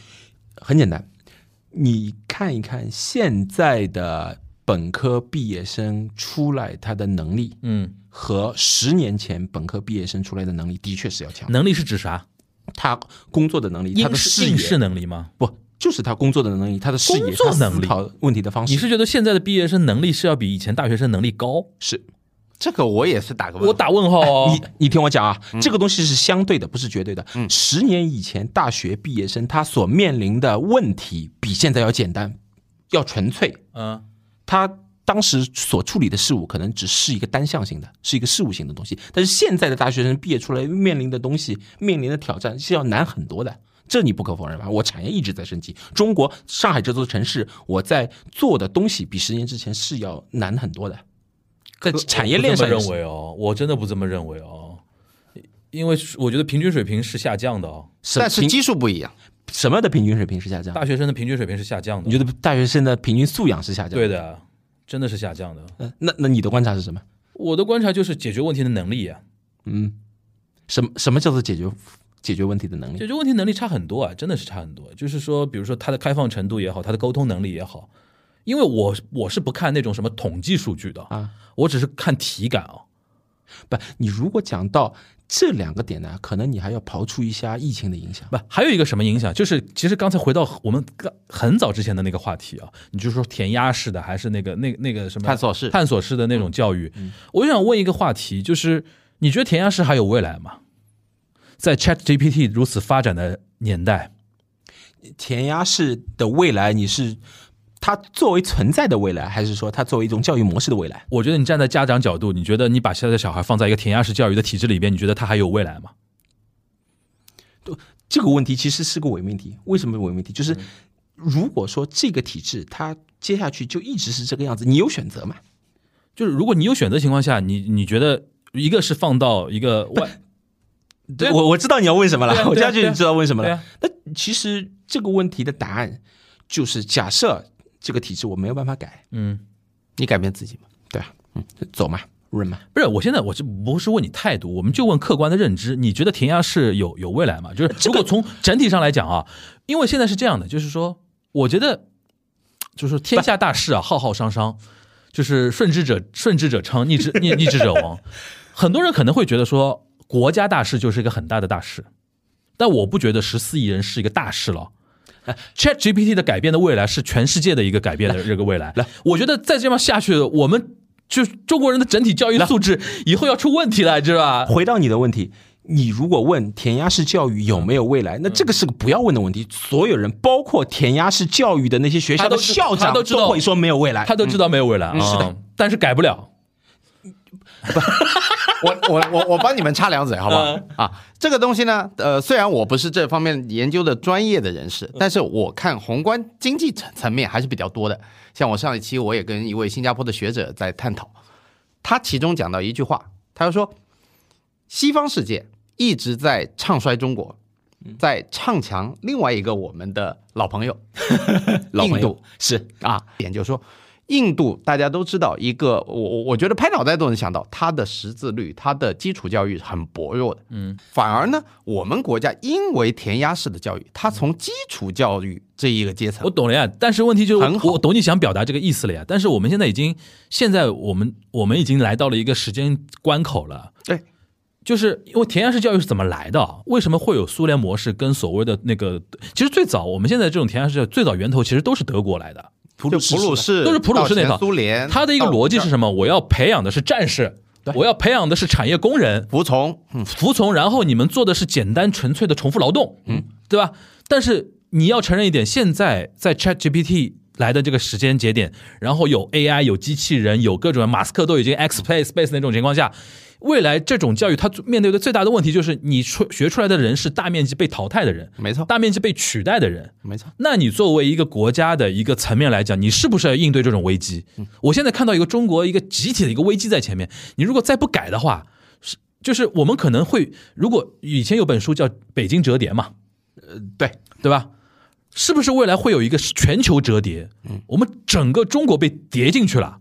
很简单，你看一看现在的本科毕业生出来，他的能力嗯，和十年前本科毕业生出来的能力的确是要强。能力是指啥？他工作的能力，他应的试视应试野能力吗？不就是他工作的能力，他的视野，工作他思能力考问题的方式。你是觉得现在的毕业生能力是要比以前大学生能力高？是这个我也是打个问我号。打问号哦。嗯你你听我讲啊，这个东西是相对的，不是绝对的。十年以前大学毕业生他所面临的问题比现在要简单，要纯粹，嗯，他当时所处理的事物可能只是一个单向性的，是一个事务性的东西。但是现在的大学生毕业出来面临的东西，面临的挑战是要难很多的。这你不可否认吧？我产业一直在升级，中国上海这座城市，我在做的东西比十年之前是要难很多的，在产业链我上也不这是么认为哦，我真的不这么认为哦，因为我觉得平均水平是下降的哦，什但是平基数不一样。什么样的平均水平是下降？大学生的平均水平是下降的，你觉得大学生的平均素养是下降？对的，真的是下降的。嗯，那那你的观察是什么？我的观察就是解决问题的能力啊，嗯，什么什么叫做解决解决问题的能力？解决问题能力差很多啊，真的是差很多。就是说，比如说他的开放程度也好，他的沟通能力也好，因为我我是不看那种什么统计数据的啊，我只是看体感啊。不，你如果讲到这两个点呢，可能你还要刨出一下疫情的影响。不，还有一个什么影响？就是其实刚才回到我们刚很早之前的那个话题啊，你就说填鸭式的还是那个那那个什么探索式探索式的那种教育，我就想问一个话题，就是你觉得填鸭式还有未来吗？在 Chat GPT 如此发展的年代，填鸭式的未来，你是它作为存在的未来，还是说它作为一种教育模式的未来？我觉得你站在家长角度，你觉得你把现在的小孩放在一个填鸭式教育的体制里边，你觉得他还有未来吗？这个问题其实是个伪命题。为什么伪命题？嗯就是如果说这个体制它接下去就一直是这个样子，你有选择嘛？就是如果你有选择情况下，你你觉得一个是放到一个外，对啊我我知道你要问什么了，对啊我对啊下去对啊就知道问什么了。对啊那其实这个问题的答案就是，假设这个体制我没有办法改，嗯，你改变自己嘛？对吧、走嘛，润嘛。不是，我现在我是不是问你态度，我们就问客观的认知，你觉得填鸭式有有未来吗？就是如果从整体上来讲啊，因为现在是这样的，就是说，我觉得就是天下大势啊，浩浩汤汤，就是顺之者顺之者昌，逆之逆逆之者亡。 很多人可能会觉得说，国家大事就是一个很大的大事，但我不觉得十四亿人是一个大事了。Chat GPT 的改变的未来是全世界的一个改变的这个未来。来，我觉得再这样下去，我们就中国人的整体教育素质以后要出问题了，知道吧？回到你的问题，你如果问填鸭式教育有没有未来，那这个是个不要问的问题。所有人，包括填鸭式教育的那些学校嗯他的都知校他长，都知道会说没有未来他。都知道没有未来，嗯是的，但是改不了。我我我我帮你们插两嘴，好不好？啊，这个东西呢，呃，虽然我不是这方面研究的专业的人士，但是我看宏观经济层层面还是比较多的。像我上一期我也跟一位新加坡的学者在探讨，他其中讲到一句话，他就说，西方世界一直在唱衰中国，在唱强另外一个我们的老朋 友老朋印度友。是啊，研究说，印度大家都知道一个，我我我觉得拍脑袋都能想到，它的识字率、它的基础教育很薄弱的，嗯，反而呢，我们国家因为填鸭式的教育，它从基础教育这一个阶层我，懂了呀，但是问题就是很好我，我懂你想表达这个意思了呀。但是我们现在已经，现在我们我们已经来到了一个时间关口了。对，就是因为填鸭式教育是怎么来的啊？为什么会有苏联模式跟所谓的那个？其实最早我们现在这种填鸭式教育最早源头其实都是德国来的。普就鲁士普鲁时士都是普鲁士那到套前苏联，它的一个到逻辑是什么？我要培养的是战士，我要培养的是产业工人服从，嗯，服从，然后你们做的是简单纯粹的重复劳动，嗯，对吧？但是你要承认一点，现在在 Chat GPT 来的这个时间节点，然后有 AI、有机器人、有各种马斯克都已经 X Play Space 那种情况下。未来这种教育，它面对的最大的问题就是，你出学出来的人是大面积被淘汰的人，没错，大面积被取代的人。没错，那你作为一个国家的一个层面来讲，你是不是要应对这种危机？嗯我现在看到一个中国一个集体的一个危机在前面，你如果再不改的话，是就是我们可能会，如果以前有本书叫《北京折叠》嘛，呃对，对吧？是不是未来会有一个全球折叠？嗯我们整个中国被叠进去了。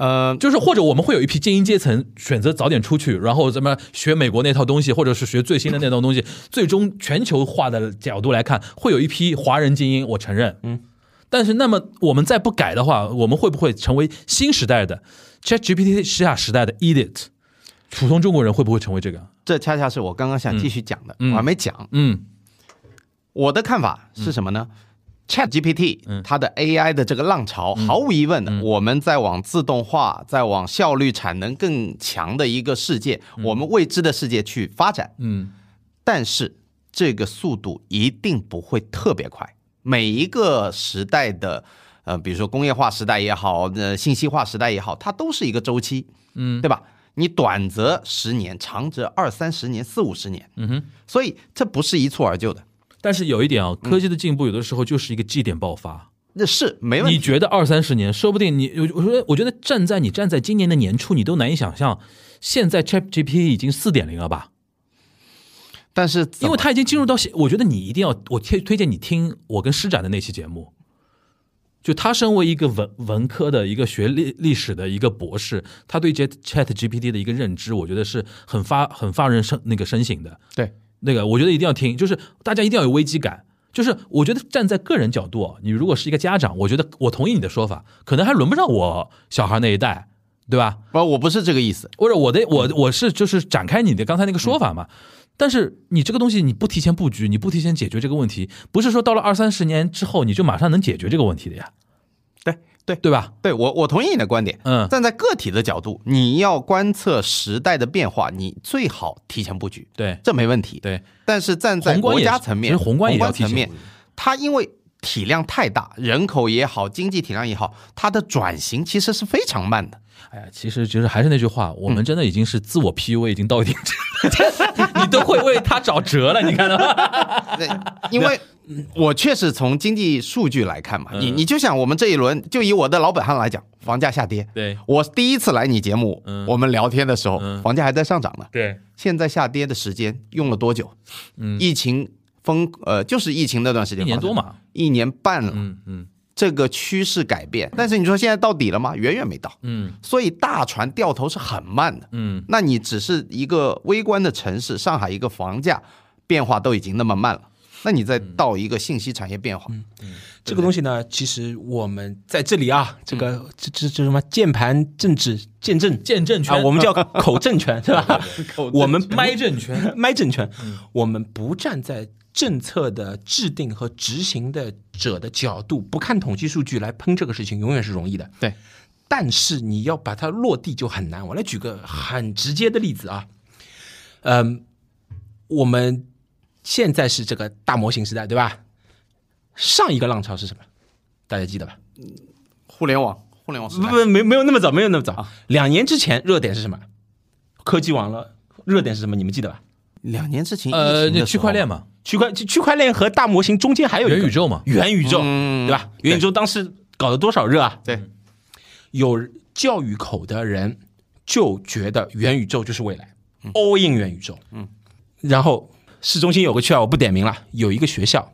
呃，就是或者我们会有一批精英阶层选择早点出去，然后咱们学美国那套东西，或者是学最新的那套东西。最终全球化的角度来看，会有一批华人精英，我承认，嗯。但是，那么我们再不改的话，我们会不会成为新时代的 ChatGPT 下时代的 Edit？普通中国人会不会成为这个？这恰恰是我刚刚想继续讲的，嗯我还没讲，嗯我的看法是什么呢、c h a t 嗯 GPT 它的 AI 的这个浪潮，毫无疑问的，我们在往自动化、在往效率、产能更强的一个世界，我们未知的世界去发展。嗯，但是这个速度一定不会特别快。每一个时代的呃，比如说工业化时代也好，呃，信息化时代也好，它都是一个周期，嗯，对吧？你短则十年，长则二三十年、四五十年，嗯哼，所以这不是一蹴而就的，但是有一点啊，科技的进步有的时候就是一个基点爆发。那是没问你题。觉得二三十年，说不定你我我觉得我觉得站在你站在今年的年初，你都难以想象，现在 Chat GPT 已经四点零了吧？但是怎因为么它已经进入到现，我觉得你一定要，我推推荐你听我跟施展的那期节目。就他身为一个文文科的一个学历历史的一个博士，他对 Chat Chat GPT 的一个认知，我觉得是很发很发人深那个深省的。对那个我觉得一定要听，就是大家一定要有危机感。就是我觉得站在个人角度啊，你如果是一个家长，我觉得我同意你的说法，可能还轮不上我小孩那一代，对吧？不，我不是这个意思。或者我的我我是就是展开你的刚才那个说法嘛。但是你这个东西你不提前布局，你不提前解决这个问题，不是说到了二三十年之后你就马上能解决这个问题的呀，对对对吧？对，我我同意你的观点。嗯站在个体的角度，你要观测时代的变化，你最好提前布局，对这没问题。对，但是站在宏观国也家是层其面，实宏观也要提层醒面，它因为体量太大，人口也好，经济体量也好，它的转型其实是非常 慢的。哎呀，其实就是还是那句话，我们真的已经是自我 PUA 已经到一定程度，你都会为他找辙了，你看到吗？那因为我确实从经济数据来看嘛，嗯你你就想我们这一轮，就以我的老本行来讲，房价下跌。对我第一次来你节目，嗯我们聊天的时候，房价还在上涨呢。对，现在下跌的时间用了多久？嗯，疫情封呃，就是疫情那段时间，一年多，嘛，一年半了。嗯嗯这个趋势改变，但是你说现在到底了吗？远远没到，嗯所以大船掉头是很慢的。嗯，那你只是一个微观的城市，上海一个房价变化都已经那么慢了，那你再到一个信息产业变化，嗯这个东西呢，其实我们在这里嗯啊，这个、这这这什么键盘政治见证见证圈啊，我们叫口政 权是吧？我们不麦政圈， 麦政权，我们不站在政策的制定和执行的者的角度，不看统计数据来喷这个事情，永远是容易的。对，但是你要把它落地就很难。我来举个很直接的例子啊，嗯，我们现在是这个大模型时代，对吧？上一个浪潮是什么？大家记得吧？互联网，互联网时不代，不，没没有那么早，没有那么早。两年之前热点是什么？科技网络热点是什么？你们记得吧？两年之前，呃，疫情那的时区候块链，嘛，区块区区块链和大模型中间还有一个元宇宙嘛，元宇宙，嗯对吧？元宇宙当时搞了多少热啊？嗯对，有教育口的人就觉得元宇宙就是未来、a l l in 元宇宙。嗯，然后市中心有个区啊，我不点名了，有一个学校，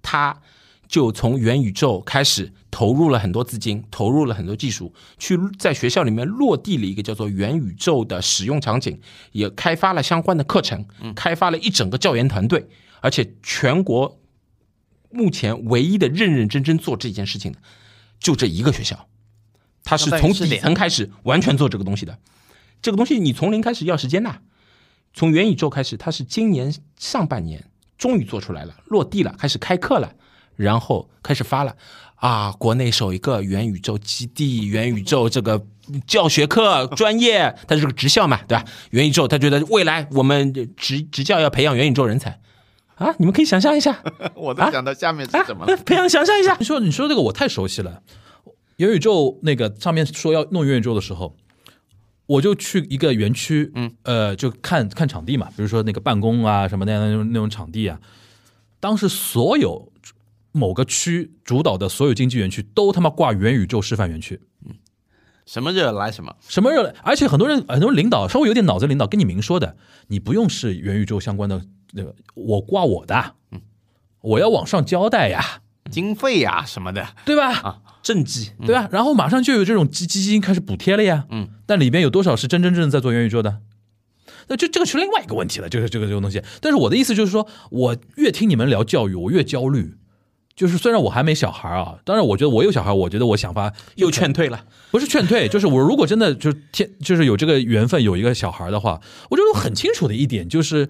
他就从元宇宙开始投入了很多资金，投入了很多技术，去在学校里面落地了一个叫做元宇宙的使用场景，也开发了相关的课程，开发了一整个教研团队，而且全国目前唯一的认认真真做这件事情的，就这一个学校，它是从底层开始完全做这个东西的。这个东西你从零开始要时间呐、从元宇宙开始，它是今年上半年终于做出来了，落地了，开始开课了，然后开始发了啊！国内首一个元宇宙基地，元宇宙这个教学课专业，它是个职校嘛，对吧？元宇宙，他觉得未来我们职职教要培养元宇宙人才啊！你们可以想象一下，我都想到下面是什么了。啊培养想象一下，你说你说这个我太熟悉了，元宇宙那个上面说要弄元宇宙的时候，我就去一个园区，嗯，呃，就看看场地嘛，比如说那个办公啊什么那样的那种那种场地啊，当时所有某个区主导的所有经济园区都他妈挂元宇宙示范园区，什么热来什么，什么热？而且很多人，很多领导稍微有点脑子，领导跟你明说的，你不用是元宇宙相关的那个，我挂我的，我要往上交代呀，经费呀、什么的，对吧？政绩对吧？然后马上就有这种基基金开始补贴了呀。嗯，但里边有多少是真真正正在做元宇宙的？那这这个是另外一个问题了，这个这个这个东西。但是我的意思就是说，我越听你们聊教育，我越焦虑。就是虽然我还没小孩啊，当然我觉得我有小孩，我觉得我想法又劝退了。不是劝退，就是我如果真的就是天就是有这个缘分有一个小孩的话，我觉得我很清楚的一点就是，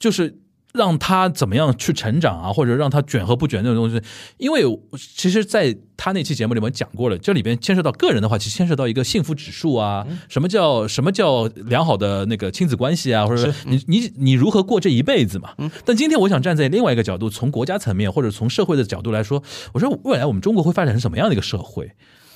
就是让他怎么样去成长啊，或者让他卷和不卷这种东西，因为我其实在他那期节目里面讲过了，这里边牵涉到个人的话，其实牵涉到一个幸福指数啊，什么叫什么叫良好的那个亲子关系啊，或者说你你你如何过这一辈子嘛。但今天我想站在另外一个角度，从国家层面或者从社会的角度来说，我说未来我们中国会发展成什么样的一个社会？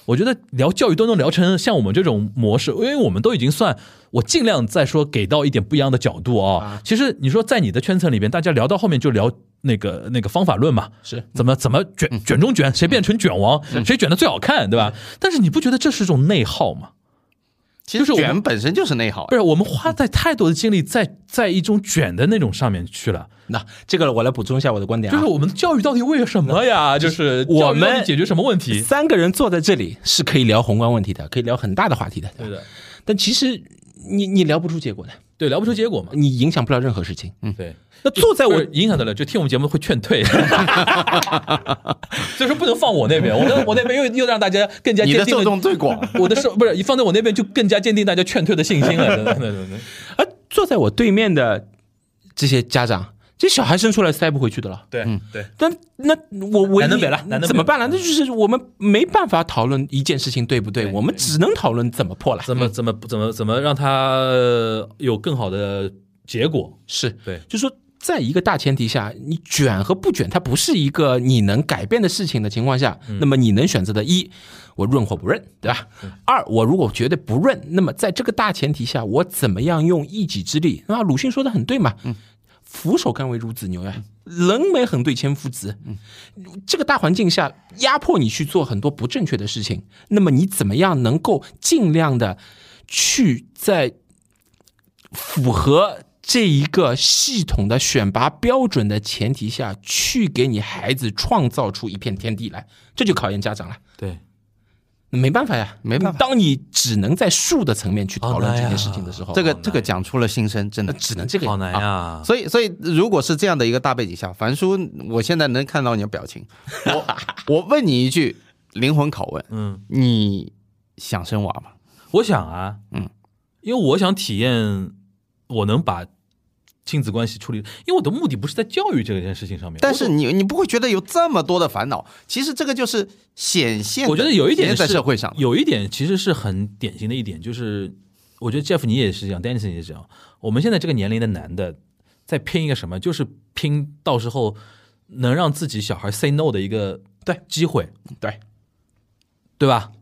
我觉得聊教育都能聊成像我们这种模式，因为我们都已经算，我尽量再说给到一点不一样的角度啊。其实你说在你的圈层里边，大家聊到后面就聊那个那个方法论嘛，是怎么怎么卷卷中卷，谁变成卷王，谁卷的最好看，对吧？但是你不觉得这是一种内耗吗？其就是实我们卷本身就是内耗啊不，是，我们花在太多的精力在在一种卷的那种上面去了，那这个我来补充一下我的观点就啊是。我们教育到底为什么呀？就是教我育到底们解决什么问 题？三个人坐在这里是可以聊宏观问题的，可以聊很大的话题的，对的，但其实你你聊不出结果的，对，聊不出结果嘛。你影响不了任何事情。 对，那坐在不我是影响到了，就听我们节目会劝退， 所以说不能放我那边，我那我那边又又让大家更加你坚的定受了众最广。 我的受不是一放在我那边就更加坚定大家劝退的信心 了，对对对对，而坐在我对面的这些家长，这小孩生出来塞不回去的了。对嗯对但那我唯一难能别了难能别了怎么办呢？那就是我们没办法讨论一件事情对不对，对我们只能讨论怎么破了。怎么嗯怎么怎么怎么让他呃有更好的结果？是对就说在一个大前提下，你卷和不卷，它不是一个你能改变的事情的情况下，那么你能选择的一，我润或不润，对吧？二，我如果觉得不润，那么在这个大前提下，我怎么样用一己之力？那鲁迅说的很对嘛，俯首甘为孺子牛呀。人为很对千夫指，这个大环境下压迫你去做很多不正确的事情，那么你怎么样能够尽量的去在符合这一个系统的选拔标准的前提下去给你孩子创造出一片天地来，这就考验家长了。对，没办法呀，没办法当你只能在术的层面去讨论这件事情的时候，这个难这个讲出了心声，真那呃的。只能这个好难啊呀！所以，所以如果是这样的一个大背景下，樊叔，我现在能看到你的 表情。我我问你一句灵魂拷问：嗯，你想生娃吗？我想啊，嗯，因为我想体验，我能把亲子关系处理，因为我的目的不是在教育这件事情上面，但我是你你不会觉得有这么多的烦恼？其实这个就是显现的，我觉得有一点显现在是社会上的，有一点其实是很典型的一点，就是我觉得 Jeff 你也是这样，Dennis 你也是这样。我们现在这个年龄的男的，在拼一个什么，就是拼到时候能让自己小孩 say no 的一个对机会，对，对吧？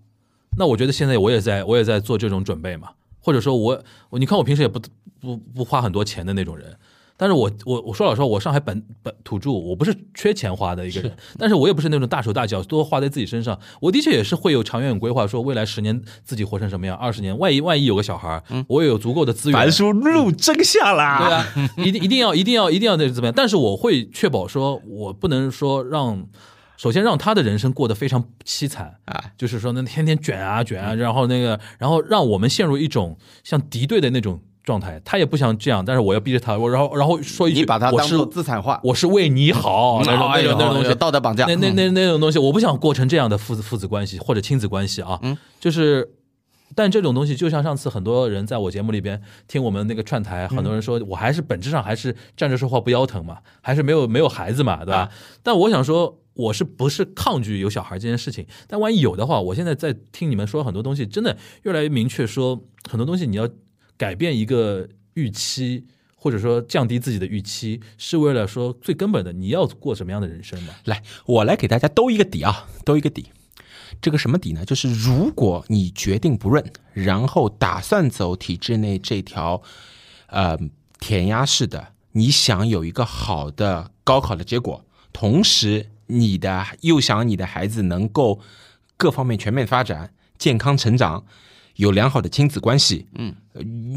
那我觉得现在我也在，我也在做这种准备嘛，或者说我，我你看我平时也不不不花很多钱的那种人，但是我我我说老实话，我上海本本土著，我不是缺钱花的一个人，但是我也不是那种大手大脚多花在自己身上，我的确也是会有长远规划，说未来十年自己活成什么样，二十年，万一万一有个小孩儿，我也有足够的资源，樊叔路真下啦，对啊，一定一定要一定要一定要那怎么样？但是我会确保说，我不能说让，首先让他的人生过得非常凄惨啊，就是说那天天卷啊卷啊，然后那个，然后让我们陷入一种像敌对的那种状态。他也不想这样，但是我要逼着他，我然后然后说一句，你把它我当是做资产化，我是为你好那种那哎呦种那种东有西。道德绑架，那那嗯那那种东西，我不想过成这样的父子父子关系或者亲子关系啊，就是，但这种东西就像上次很多人在我节目里边听我们那个串台，很多人说我还是本质上还是站着说话不腰疼嘛，还是没有没有孩子嘛，对吧？但我想说。我是不是抗拒有小孩这件事情？但万一有的话，我现在在听你们说很多东西，真的越来越明确说，很多东西你要改变一个预期，或者说降低自己的预期，是为了说最根本的你要过什么样的人生嘛？来，我来给大家兜一个底啊，兜一个底。这个什么底呢？就是如果你决定不认，然后打算走体制内这条，呃，填鸭式的，你想有一个好的高考的结果，同时你的又想你的孩子能够各方面全面发展、健康成长，有良好的亲子关系，嗯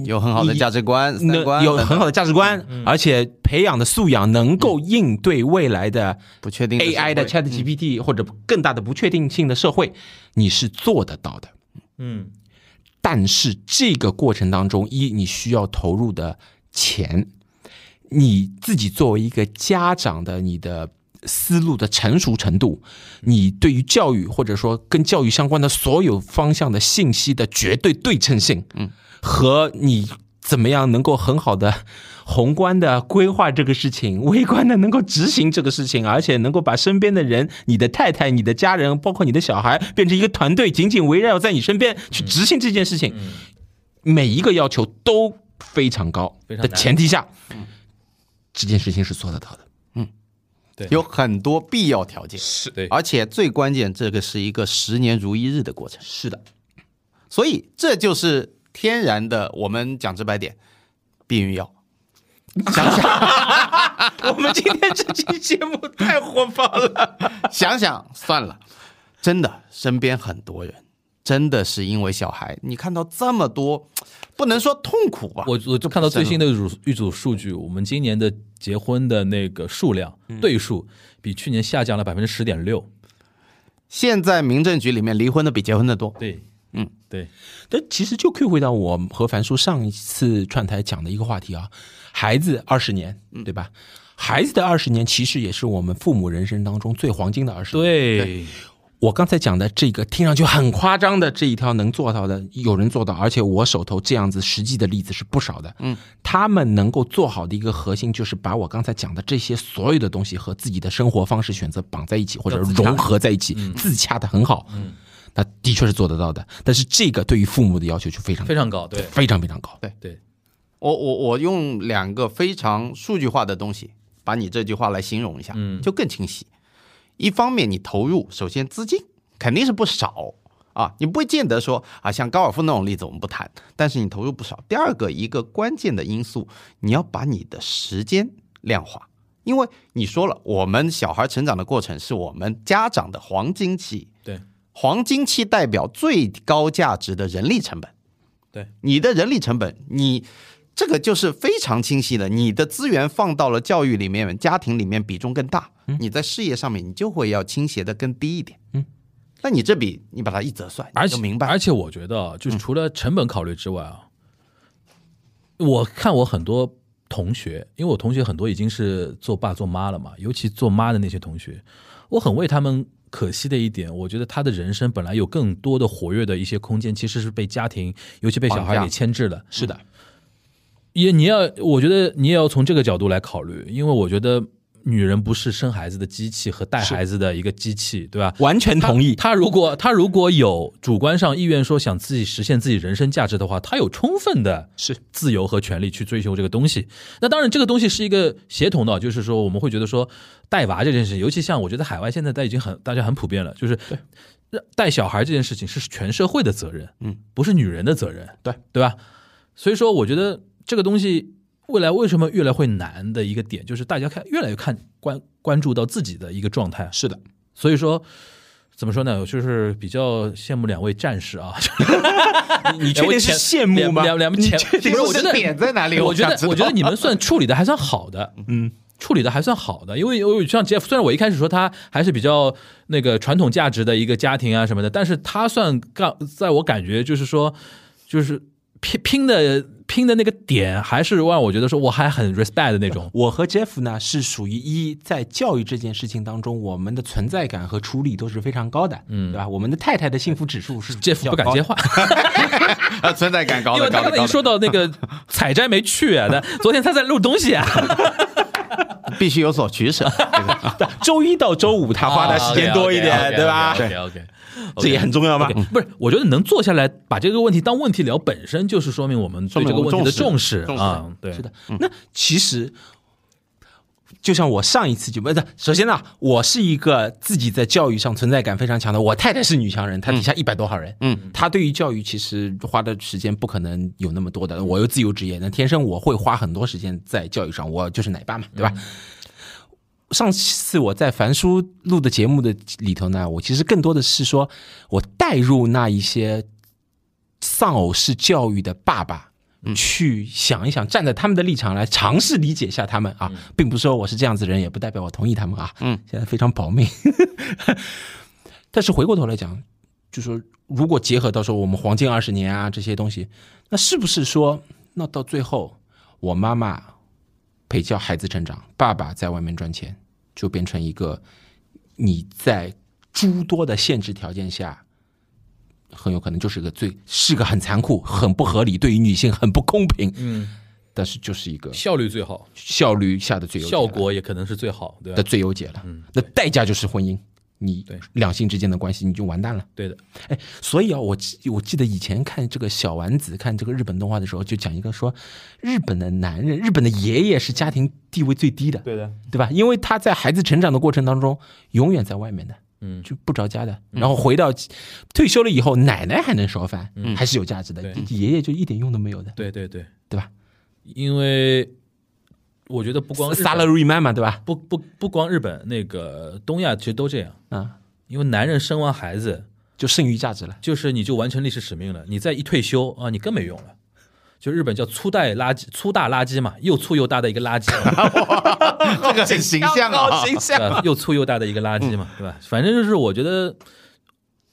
有很好的价值观、三能观有等很等好的价值观，而且培养的素养能够应对未来的不确定 AI 的社会嗯 ChatGPT 或者更大的不确定性的社会，你是做得到的。嗯，但是这个过程当中，一你需要投入的钱，你自己作为一个家长的你的思路的成熟程度，你对于教育或者说跟教育相关的所有方向的信息的绝对对称性，嗯，和你。怎么样能够很好的、宏观的规划这个事情，微观的能够执行这个事情，而且能够把身边的人、你的太太、你的家人，包括你的小孩，变成一个团队，紧紧围绕在你身边去执行这件事情。每一个要求都非常高嗯非常的难前提下，这件事情是做得到的。有很多必要条件，是对，而且最关键，这个是一个十年如一日的过程。是的，所以这就是天然的，我们讲直白点，避孕药。我们今天这期节目太火爆了。想想算了，真的，身边很多人真的是因为小孩，你看到这么多，不能说痛苦吧，我我就看到最新的一组一组数据，我们今年的结婚的那个数量对数比去年下降了百分之十点六。现在民政局里面离婚的比结婚的多，对，嗯，对， 但其实就 Q 回到我和樊叔上一次串台讲的一个话题啊，孩子二十年，对吧？孩子的二十年其实也是我们父母人生当中最黄金的二十年。对，我刚才讲的这个听上去很夸张的这一条能做到的，有人做到，而且我手头这样子实际的例子是不少的。嗯，他们能够做好的一个核心就是把我刚才讲的这些所有的东西和自己的生活方式选择绑在一起，或者要自洽融合在一起，自洽的很好。嗯，那的确是做得到的，但是这个对于父母的要求就非常非常高，对，非常非嗯常高。对，我我我用两个非常数据化的东西，把你这句话来形容一下，嗯，就更清晰。一方面，你投入，首先资金肯定是不少啊，你不见得说啊，像高尔夫那种例子我们不谈，但是你投入不少。第二个，一个关键的因素，你要把你的时间量化，因为你说了，我们小孩成长的过程是我们家长的黄金期，对，黄金期代表最高价值的人力成本。对，你的人力成本，你这个就是非常清晰的，你的资源放到了教育里面、家庭里面比重更大，嗯你在事业上面你就会要倾斜的更低一点。嗯，那你这笔你把它一折算，而你且就明白。嗯而且我觉得啊，就是除了成本考虑之外啊，我看我很多同学，因为我同学很多已经是做爸做妈了嘛，尤其做妈的那些同学，我很为他们可惜的一点，我觉得他的人生本来有更多的活跃的一些空间，其实是被家庭，尤其被小绑孩架给牵制了。是的，也你要，我觉得你也要从这个角度来考虑，因为我觉得女人不是生孩子的机器和带孩子的一个机器，对吧？完全同意。他如果他如果有主观上意愿说想自己实现自己人生价值的话，他有充分的是自由和权利去追求这个东西。那当然，这个东西是一个协同的，就是说我们会觉得说带娃这件事情，尤其像我觉得海外现在在已经很大家很普遍了，就是带小孩这件事情是全社会的责任，嗯，不是女人的责任，对对吧？所以说，我觉得这个东西未来为什么越来会难的一个点，就是大家看越来越看关关注到自己的一个状态，是的，所以说。怎么说呢？我就是比较羡慕两位战士 啊，哎你确定是羡慕吗？两两两前，定不是是我觉得点在哪里我我觉想知得道我觉得你们算处理的还算好的，嗯，处理的还算好的，因为有像 Jeff，虽然我一开始说他还是比较那个传统价值的一个家庭啊什么的，但是他算干，在我感觉就是说，就是拼拼的拼的那个点，还是让我觉得说我还很 respect 的那种。我和 Jeff 呢是属于一在教育这件事情当中，我们的存在感和出力都是非常高的，嗯，对吧？我们的太太的幸福指数是 Jeff 不敢接话，话， 啊，存在感高因的为高他刚的才高一的，说到那个采摘没去啊，那昨天他在录东西啊，必须有所取 舍。这个周一到周五他花的时啊间多一点，对吧？对，OK，这也很重要吧？ OK，不是，我觉得能坐下来把这个问题当问题聊，本身就是说明我们对这个问题的重视说明我们啊。对，是的，那其实。就像我上一次就不是，首先呢，我是一个自己在教育上存在感非常强的，我太太是女强人，她底下一百多号人，嗯，她对于教育其实花的时间不可能有那么多的，我又自由职业，那天生我会花很多时间在教育上，我就是奶爸嘛，对吧？上次我在樊叔录的节目的里头呢，我其实更多的是说我带入那一些丧偶式教育的爸爸。去想一想，站在他们的立场来尝试理解一下他们啊，并不是说我是这样子的人，也不代表我同意他们啊。嗯，现在非常保密。但是回过头来讲，就说如果结合到说我们黄金二十年啊这些东西，那是不是说，那到最后我妈妈陪教孩子成长，爸爸在外面赚钱，就变成一个你在诸多的限制条件下很有可能就是一个最是个很残酷、很不合理，对于女性很不公平，嗯，但是就是一个效率最好，效率下的最优解了效果也可能是最好，对的吧？最优解了嗯。那代价就是婚姻，你对两性之间的关系你就完蛋了。对的，哎，所以啊，我记我记得以前看这个小丸子看这个日本动画的时候，就讲一个说，日本的男人，日本的爷爷是家庭地位最低的，对的，对吧？因为他在孩子成长的过程当中，永远在外面的，嗯就不着家的。然后回到退休了以后，奶奶还能烧饭，还是有价值的。嗯对爷爷就一点用都没有的，对对对，对吧？因为我觉得不光日本撒了 r y man 嘛，对吧？不不不光日本，那个东亚其实都这样，啊，因为男人生完孩子，就剩余价值了。就是你就完成历史使命了，你再一退休啊，你更没用了。就日本叫粗大垃圾，粗大垃圾嘛，又粗又大的一个垃圾嘛， 这个很形象啊好。形象对吧又粗又大的一个垃圾嘛，嗯对吧？反正就是我觉得，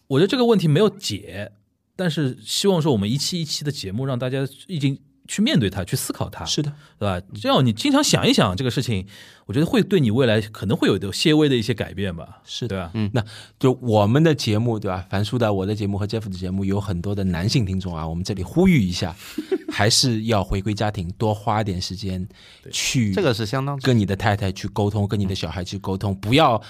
我觉得这个问题没有解，但是希望说我们一期一期的节目让大家已经去面对它，去思考它，是的，对吧？这样你经常想一想这个事情，我觉得会对你未来可能会有的些微的一些改变吧，是的对。吧？那就我们的节目，对吧？樊叔的、我的节目和 Jeff 的节目有很多的男性听众啊，我们这里呼吁一下，还是要回归家庭，多花点时间去这个是相当跟你的太太去沟通，跟你的小孩去沟通，不要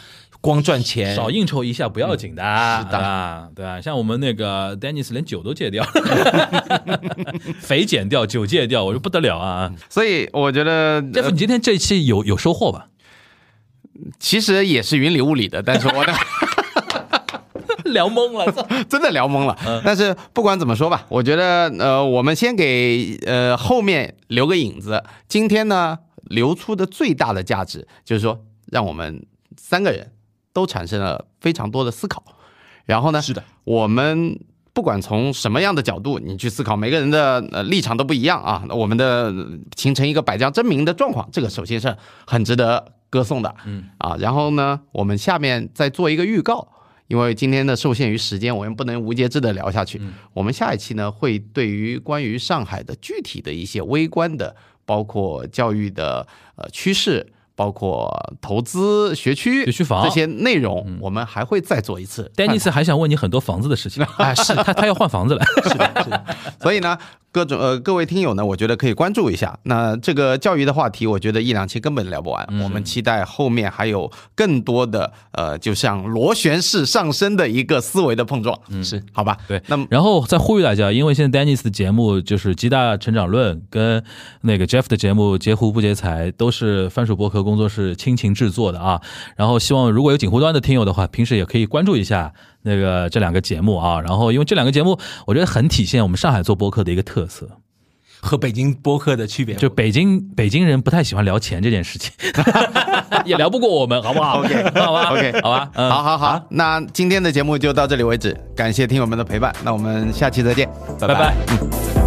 光赚钱，少应酬一下不要紧哎嗯的，是的对吧？对啊吧？像我们那个 Dennis 连酒都戒掉， 肥减掉，酒戒掉，我就不得了啊！所以我觉得、这夫，呃你今天这一期有有收获吧？其实也是云里雾里的，但是我的 聊懵了，操真的聊懵了。但是不管怎么说吧，我觉得呃，我们先给呃后面留个影子。今天呢，留出的最大的价值就是说，让我们三个人都产生了非常多的思考。然后呢，是的，我们不管从什么样的角度你去思考，每个人的呃立场都不一样啊。那我们的呃形成一个百家争鸣的状况，这个首先是很值得歌颂的，嗯啊。然后呢，我们下面再做一个预告。因为今天呢受限于时间，我们不能无节制的聊下去。我们下一期呢会对于关于上海的具体的一些微观的，包括教育的呃趋势，包括投资学区、学区房这些内容，我们还会再做一次探 讨。，Dennis 还想问你很多房子的事情 啊，是他他要换房子了，所以呢，各种呃各位听友呢，我觉得可以关注一下。那这个教育的话题，我觉得一两期根本聊不完。我们期待后面还有更多的呃，就像螺旋式上升的一个思维的碰撞。嗯，是好吧？对那么然后再呼吁大家，因为现在 Dennis 的节目就是《极大成长论》跟那个 Jeff 的节目《截胡不截财》，都是番薯博客工作室倾情制作的啊。然后希望如果有锦湖端的听友的话，平时也可以关注一下那个这两个节目啊。然后因为这两个节目，我觉得很体现我们上海做播客的一个特色，和北京播客的区别。就北京北京人不太喜欢聊钱这件事情， 也聊不过我们，好不 好 OK 好吧 OK 好吧，嗯，好好好，那今天的节目就到这里为止，感谢听友们的陪伴，那我们下期再见，拜拜。嗯。